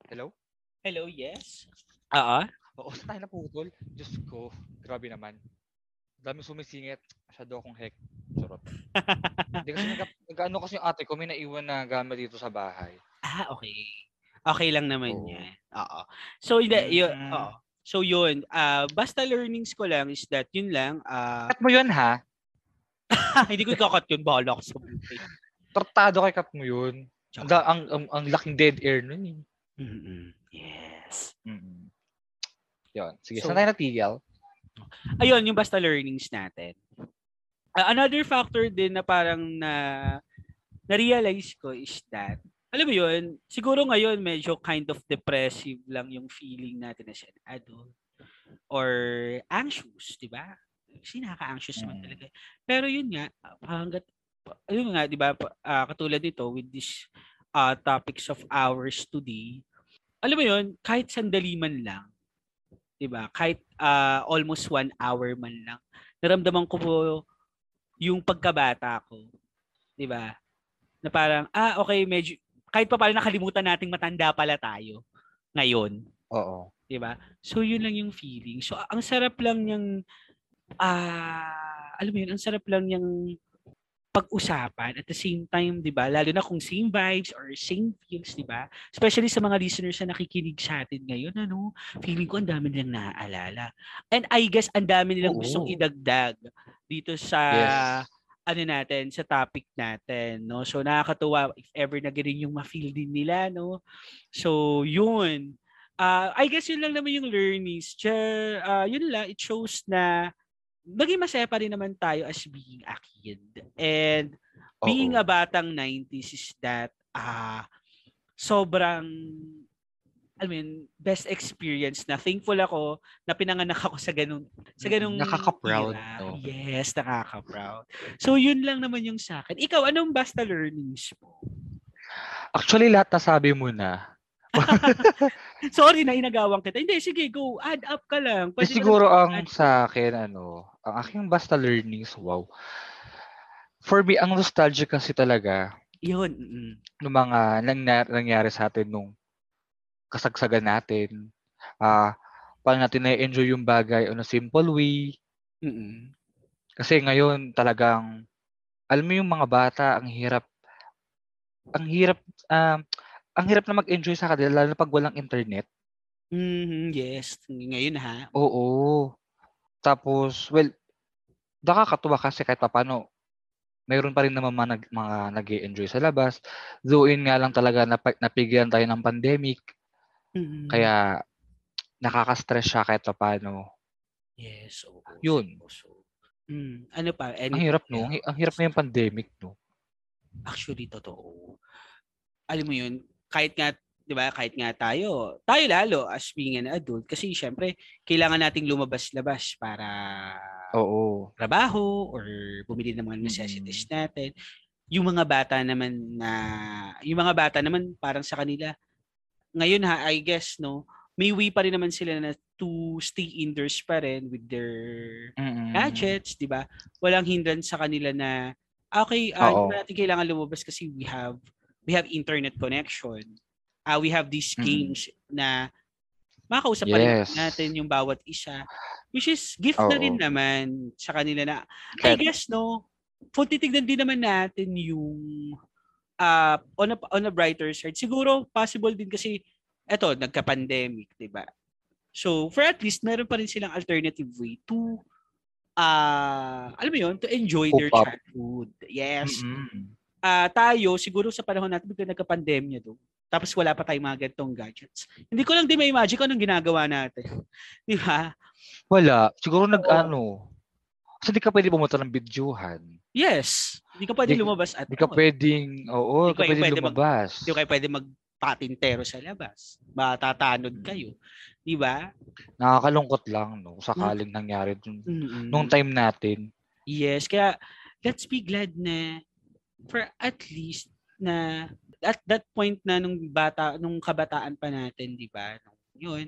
Speaker 3: Hello?
Speaker 2: hello yes oo
Speaker 3: Oo, saan tayo naputol? Diyos ko, grabe naman. Dami sumisingit. Masyado akong hek. Sarot. Hindi kasi nag, ano kasi yung ate ko, may naiwan na gamit dito sa bahay.
Speaker 2: ah okay okay lang naman
Speaker 3: Oo.
Speaker 2: yan oo so yun yun
Speaker 3: Mm.
Speaker 2: oo. so yun ah basta learnings ko lang is that yun lang ah
Speaker 3: Kat mo yun ha?
Speaker 2: Ah, hindi ko ikakat yun. Bahala ako sa buhay.
Speaker 3: Tortado kay kat mo yun. Ang, da- ang, ang, ang laking dead air nun
Speaker 2: Mm-mm. Yes.
Speaker 3: eh. Mm-mm. Yun. Sige,
Speaker 2: So-
Speaker 3: saan tayo natigil?
Speaker 2: Ayun, yung basta learnings natin. Ah, another factor din na parang na na-realize ko is that, alam mo yun, siguro ngayon medyo kind of depressive lang yung feeling natin as an adult or anxious, di ba? Kasi nakaka-anxious naman
Speaker 3: Mm.
Speaker 2: talaga. Pero yun nga, hanggat, ayun nga, di ba, pa- ah, katulad nito with these ah, topics of ours today, alam mo yun, kahit sandali man lang, di ba, kahit ah, almost one hour man lang, naramdaman ko po yung pagkabata ko, di ba, na parang, ah, okay, medyo, kahit pa pala nakalimutan nating matanda pala tayo ngayon,
Speaker 3: Oo.
Speaker 2: 'di ba? So 'yun lang yung feeling. So a- ang sarap lang niyang ah alam mo 'yun, ang sarap lang niyang pag-usapan at the same time, 'di ba? Lalo na kung same vibes or same feels, 'di ba? Especially sa mga listeners na nakikinig sa atin ngayon, ano? Feeling ko ang dami nilang naaalala. And I guess ang dami nilang gustong
Speaker 3: Oo.
Speaker 2: idagdag dito sa
Speaker 3: Yes.
Speaker 2: ano natin sa topic natin no so nakakatuwa if ever na ganun yung ma-feel din nila no so yun Ah, I guess yun lang naman yung learnings Tsa- ah, yun lang it shows na maging masaya pa rin naman tayo as being a kid and being a
Speaker 3: Oo.
Speaker 2: batang 90s is that ah sobrang I mean, best experience na thankful ako na pinanganak ako sa ganung sa ganung
Speaker 3: Nakaka-proud,
Speaker 2: era.
Speaker 3: no?
Speaker 2: Yes, nakaka-proud. So yun lang naman yung sa akin. Ikaw anong basta learnings mo?
Speaker 3: Actually, lahat nasabi mo na.
Speaker 2: Sorry na inagawang kita. Hindi sige, go. Add up ka lang.
Speaker 3: Eh,
Speaker 2: Pwede ka lang
Speaker 3: siguro ang
Speaker 2: mag-add.
Speaker 3: sa akin, ano, ang aking basta learnings, wow. For me, ang nostalgia kasi talaga,
Speaker 2: yun. mm.
Speaker 3: ng mga nangna- nangyari sa atin nung kasagsagan natin. Ah, paano natin na-enjoy yung bagay on a simple way.
Speaker 2: Mm-mm.
Speaker 3: Kasi ngayon talagang alam mo yung mga bata ang hirap ang hirap ah, ang hirap na mag-enjoy sa kanila lalo na pag walang internet.
Speaker 2: Mhm, yes. Ngayon ha.
Speaker 3: Oo. Tapos well nakakatuwa kasi kahit paano mayroon pa rin naman mga, nag- mga nag-enjoy sa labas. Though yun nga lang talaga napa- napigilan tayo ng pandemic. Mm-hmm.
Speaker 2: Mhm.
Speaker 3: Kaya nakaka-stress siya kahit paano.
Speaker 2: yes. oo,
Speaker 3: Yun.
Speaker 2: oo, so. Mm, ano pa? Any,
Speaker 3: Ang hirap no. Ang hi- Ang hirap ngayong pandemic no.
Speaker 2: Actually, totoo. Alam mo yun, kahit nga, di ba, kahit nga tayo, tayo lalo as being an adult, kasi syempre, kailangan nating lumabas-labas para
Speaker 3: Oo.
Speaker 2: trabaho or bumili ng mga necessities
Speaker 4: Mm.
Speaker 2: natin. Yung mga bata naman na, yung mga bata naman parang sa kanila, ngayon ha, I guess, no, may way pa rin naman sila na to stay indoors pa rin with their
Speaker 3: Mm-mm.
Speaker 2: gadgets, 'di ba? Walang hindrance sa kanila na "Ah, okay, ah, hindi
Speaker 3: Oo.
Speaker 2: pa natin kailangan lumabas kasi we have we have internet connection. Ah, we have these
Speaker 3: Mm.
Speaker 2: games na makakausap pa rin
Speaker 3: Yes.
Speaker 2: natin yung bawat isa. Which is gift na
Speaker 3: Oo.
Speaker 2: rin naman sa kanila na I
Speaker 3: Kaya-
Speaker 2: guess no, kung titignan din naman natin yung ah, on a on a brighter side, siguro possible din kasi eto nagka-pandemic, 'di ba? So, for at least meron pa rin silang alternative way to ah alam mo 'yun, to enjoy their
Speaker 3: Cope up.
Speaker 2: childhood. Yes.
Speaker 3: Mm-mm.
Speaker 2: Ah, tayo siguro sa panahon natin bigla nagka-pandemya do. Tapos wala pa tayong mga ganitong gadgets. Hindi ko lang din ma-imagine kung anong ginagawa natin. 'Di ba?
Speaker 3: Wala. Siguro nag
Speaker 2: Oo.
Speaker 3: ano. Kasi di ka pwede pumunta ng bidyuhan.
Speaker 2: Yes. Hindi ka pwede
Speaker 3: Di-
Speaker 2: lumabas at ano,
Speaker 3: Di ka
Speaker 2: all.
Speaker 3: pwedeng, oo,
Speaker 2: Di kayo
Speaker 3: di ka pwedeng
Speaker 2: pwede mag-
Speaker 3: lumabas.
Speaker 2: Hindi kayo pwede magpatintero sa labas. Matatanod kayo. Di ba?
Speaker 3: Nakakalungkot lang, no? kung
Speaker 2: Mm.
Speaker 3: Sakaling nangyari dun. Nung time natin.
Speaker 2: Yes. Kaya, let's be glad na for at least na at that point na nung bata, nung kabataan pa natin, di ba? Nung Yun.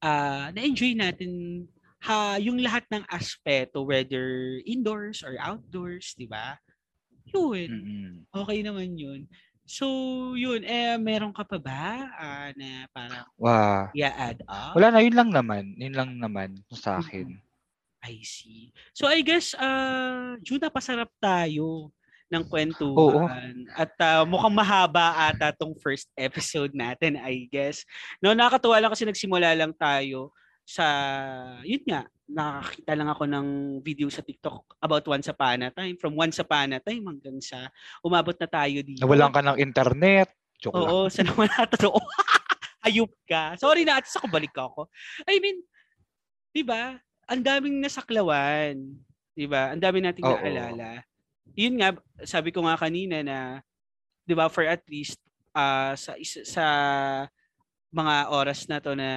Speaker 2: ah na-enjoy natin ha, yung lahat ng aspeto, whether indoors or outdoors, di ba? Yun.
Speaker 3: Mm. Mm-mm.
Speaker 2: Okay naman yun. So, yun. Eh, meron ka pa ba ah, na parang
Speaker 3: Wah.
Speaker 2: i-add up?
Speaker 3: Wala na, yun lang naman. Yun lang naman sa akin.
Speaker 2: I see. So I guess uh June napasarap tayo ng kwentuhan
Speaker 3: Oo.
Speaker 2: at ah, mukhang mahaba ata tong first episode natin, I guess. No, nakakatuwa lang kasi nagsimula lang tayo sa yun nga, nakakita lang ako ng video sa TikTok about once upon a time, from once upon a time hanggang sa umabot na tayo dito.
Speaker 3: Nawalan ka ng internet. Joke lang.
Speaker 2: Oo, sa naman totoo. Ayup ka. Sorry na, at sa balik ako. I mean, 'di ba? Ang daming nasaklawan, 'di ba? Ang dami nating
Speaker 3: Oo.
Speaker 2: naalala. 'Yun nga sabi ko nga kanina na 'di ba for at least ah, sa isa- sa mga oras na to na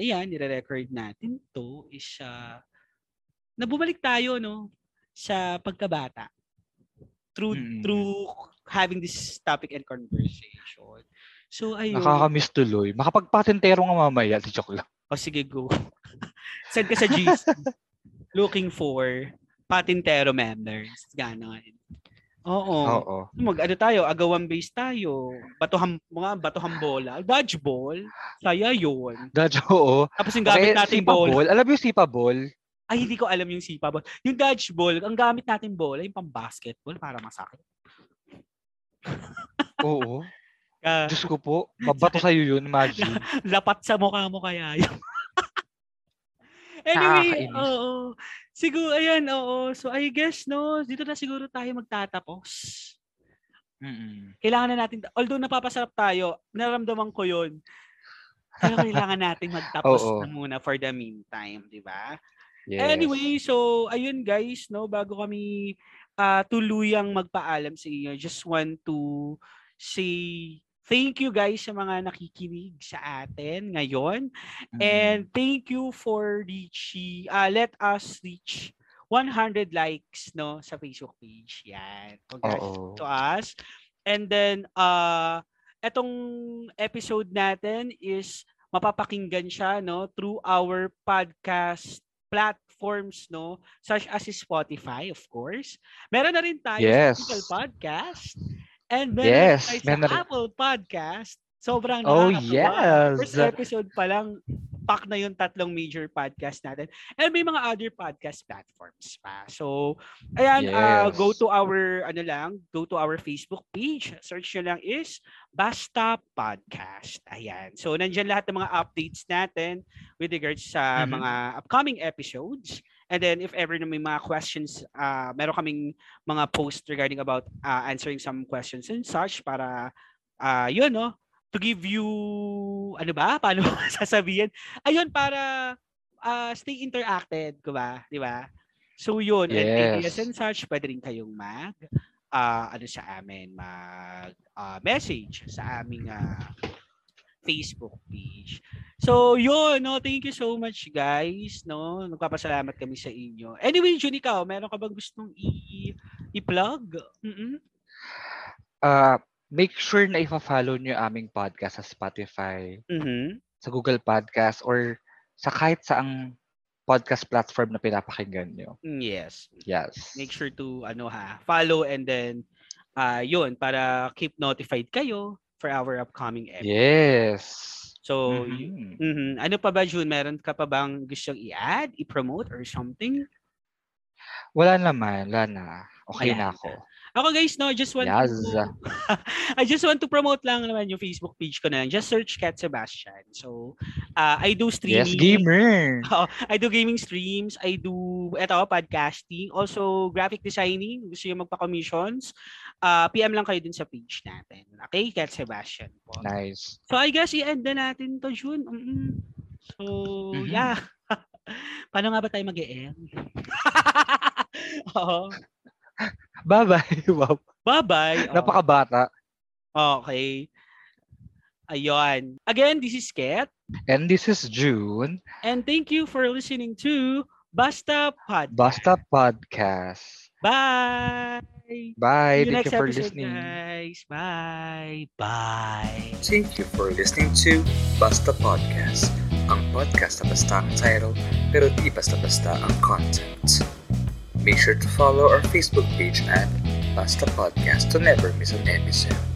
Speaker 2: ayan, nire-record natin to is ah, na nabumalik tayo no sa pagkabata through
Speaker 3: Mm.
Speaker 2: through having this topic and conversation. So ayun.
Speaker 3: Nakakamiss tuloy. Makapagpatentero nga mamaya. Di joke lang.
Speaker 2: O Oh, sige, go. Send ka sa GC. Looking for patintero members. Ganon. Oo.
Speaker 3: Oo.
Speaker 2: Mag ano tayo, agawan base tayo. Batuham, mga batuham bola. Dodgeball. Saya yun.
Speaker 3: Dodge, oo.
Speaker 2: Tapos yung
Speaker 3: Kasi
Speaker 2: gamit natin
Speaker 3: sipa
Speaker 2: bola.
Speaker 3: ball. Alam mo yung sipa ball?
Speaker 2: Ay, hindi ko alam yung sipa ball. Yung dodgeball, ang gamit natin bola, yung pang basketball para masakit.
Speaker 3: Oo.
Speaker 2: Ah,
Speaker 3: Diyos ko po. Mabato sa'yo yun. Imagine.
Speaker 2: lapat sa mukha mo kaya yun. anyway,
Speaker 3: Nakakainis.
Speaker 2: oo. Siguro, ayan, oo. So, I guess, no, dito na siguro tayo magtatapos.
Speaker 3: Mm-mm.
Speaker 2: Kailangan na natin, although napapasarap tayo, naramdaman ko yun. Pero kailangan natin magtapos
Speaker 3: Oo.
Speaker 2: na muna for the meantime, di ba?
Speaker 3: Yes.
Speaker 2: Anyway, so, ayun guys, no, bago kami ah, tuluyang magpaalam sa inyo, just want to say thank you guys sa mga nakikinig sa atin ngayon.
Speaker 3: Mm-mm.
Speaker 2: And thank you for reaching, uh, let us reach 100 likes no sa Facebook page. Yan. Congrats
Speaker 3: Oo.
Speaker 2: to us. And then, uh, etong episode natin is mapapakinggan siya no through our podcast platforms no such as Spotify of course. Meron na rin tayo
Speaker 3: Yes.
Speaker 2: sa Google Podcast and meron na
Speaker 3: Yes,
Speaker 2: tayo sa
Speaker 3: meron na rin.
Speaker 2: Apple Podcast. Sobrang
Speaker 3: Oh,
Speaker 2: nakakatuwa.
Speaker 3: yes.
Speaker 2: First episode pa lang pack na yung tatlong major podcast natin. And may mga other podcast platforms pa. So, ayan, ah,
Speaker 3: Yes.
Speaker 2: go to our, ano lang, go to our Facebook page. Search nyo lang is Basta Podcast. Ayan. So, nandyan lahat ng mga updates natin with regards sa
Speaker 3: Mhm.
Speaker 2: mga upcoming episodes. And then, if ever na may mga questions, ah meron kaming mga posts regarding about ah, answering some questions and such para, ah yun, no? To give you, ano ba? Paano ba sasabihin? ayun para ah, stay interacted, ko ba? 'Di ba? So yun, and
Speaker 3: Yes.
Speaker 2: yes and such, pwede rin kayong mag, ah, ano sa amin, mag ah, message sa aming ah, Facebook page. So yun, no, thank you so much guys, no. Nagpapasalamat kami sa inyo. Anyway, Jun, ikaw, meron ka bang gustong i- i-plug? Mm-mm.
Speaker 3: Ah, make sure na ifa-follow nyo yung aming podcast sa Spotify,
Speaker 2: Mhm.
Speaker 3: sa Google Podcast, or sa kahit saang podcast platform na pinapakinggan nyo.
Speaker 2: Mm, Yes.
Speaker 3: Yes.
Speaker 2: Make sure to ano ha, follow and then ah yun para keep notified kayo for our upcoming episode.
Speaker 3: Yes.
Speaker 2: So, y-
Speaker 3: Mhm.
Speaker 2: Mhm. Ano pa ba, June? Meron ka pa bang gustong i-add, i-promote, or something?
Speaker 3: Wala naman. Wala na. Okay
Speaker 2: Wala na.
Speaker 3: na ako.
Speaker 2: Ako guys, no, I just want
Speaker 3: Yaza.
Speaker 2: to... I just want to promote lang naman yung Facebook page ko na lang. Just search Cat Sebastian. So, ah, I do
Speaker 3: Yes,
Speaker 2: streaming.
Speaker 3: gamer.
Speaker 2: Oo, I do gaming streams. I do, eto, podcasting. Also, graphic designing. Gusto yung magpa-commissions. ah, PM lang kayo din sa page natin. Okay? Cat Sebastian po.
Speaker 3: Nice.
Speaker 2: So I guess i-end na natin to, June. Mm-mm. So,
Speaker 3: Mhm.
Speaker 2: yeah. Paano nga ba tayo mag end Oo.
Speaker 3: Bye-bye. Wow.
Speaker 2: Bye-bye. Oo.
Speaker 3: Napakabata.
Speaker 2: okay. Ayun. Again, this is Kat.
Speaker 3: And this is June.
Speaker 2: And thank you for listening to Basta Pod.
Speaker 3: Basta Podcast.
Speaker 2: Bye! See
Speaker 3: Bye.
Speaker 2: you
Speaker 3: Thank
Speaker 2: next
Speaker 3: you for
Speaker 2: episode,
Speaker 3: listening.
Speaker 2: guys. Bye! Bye!
Speaker 4: Thank you for listening to Basta Podcast, ang podcast na basta ang title pero di basta-basta ang content. Make sure to follow our Facebook page at Basta Podcast to never miss an episode.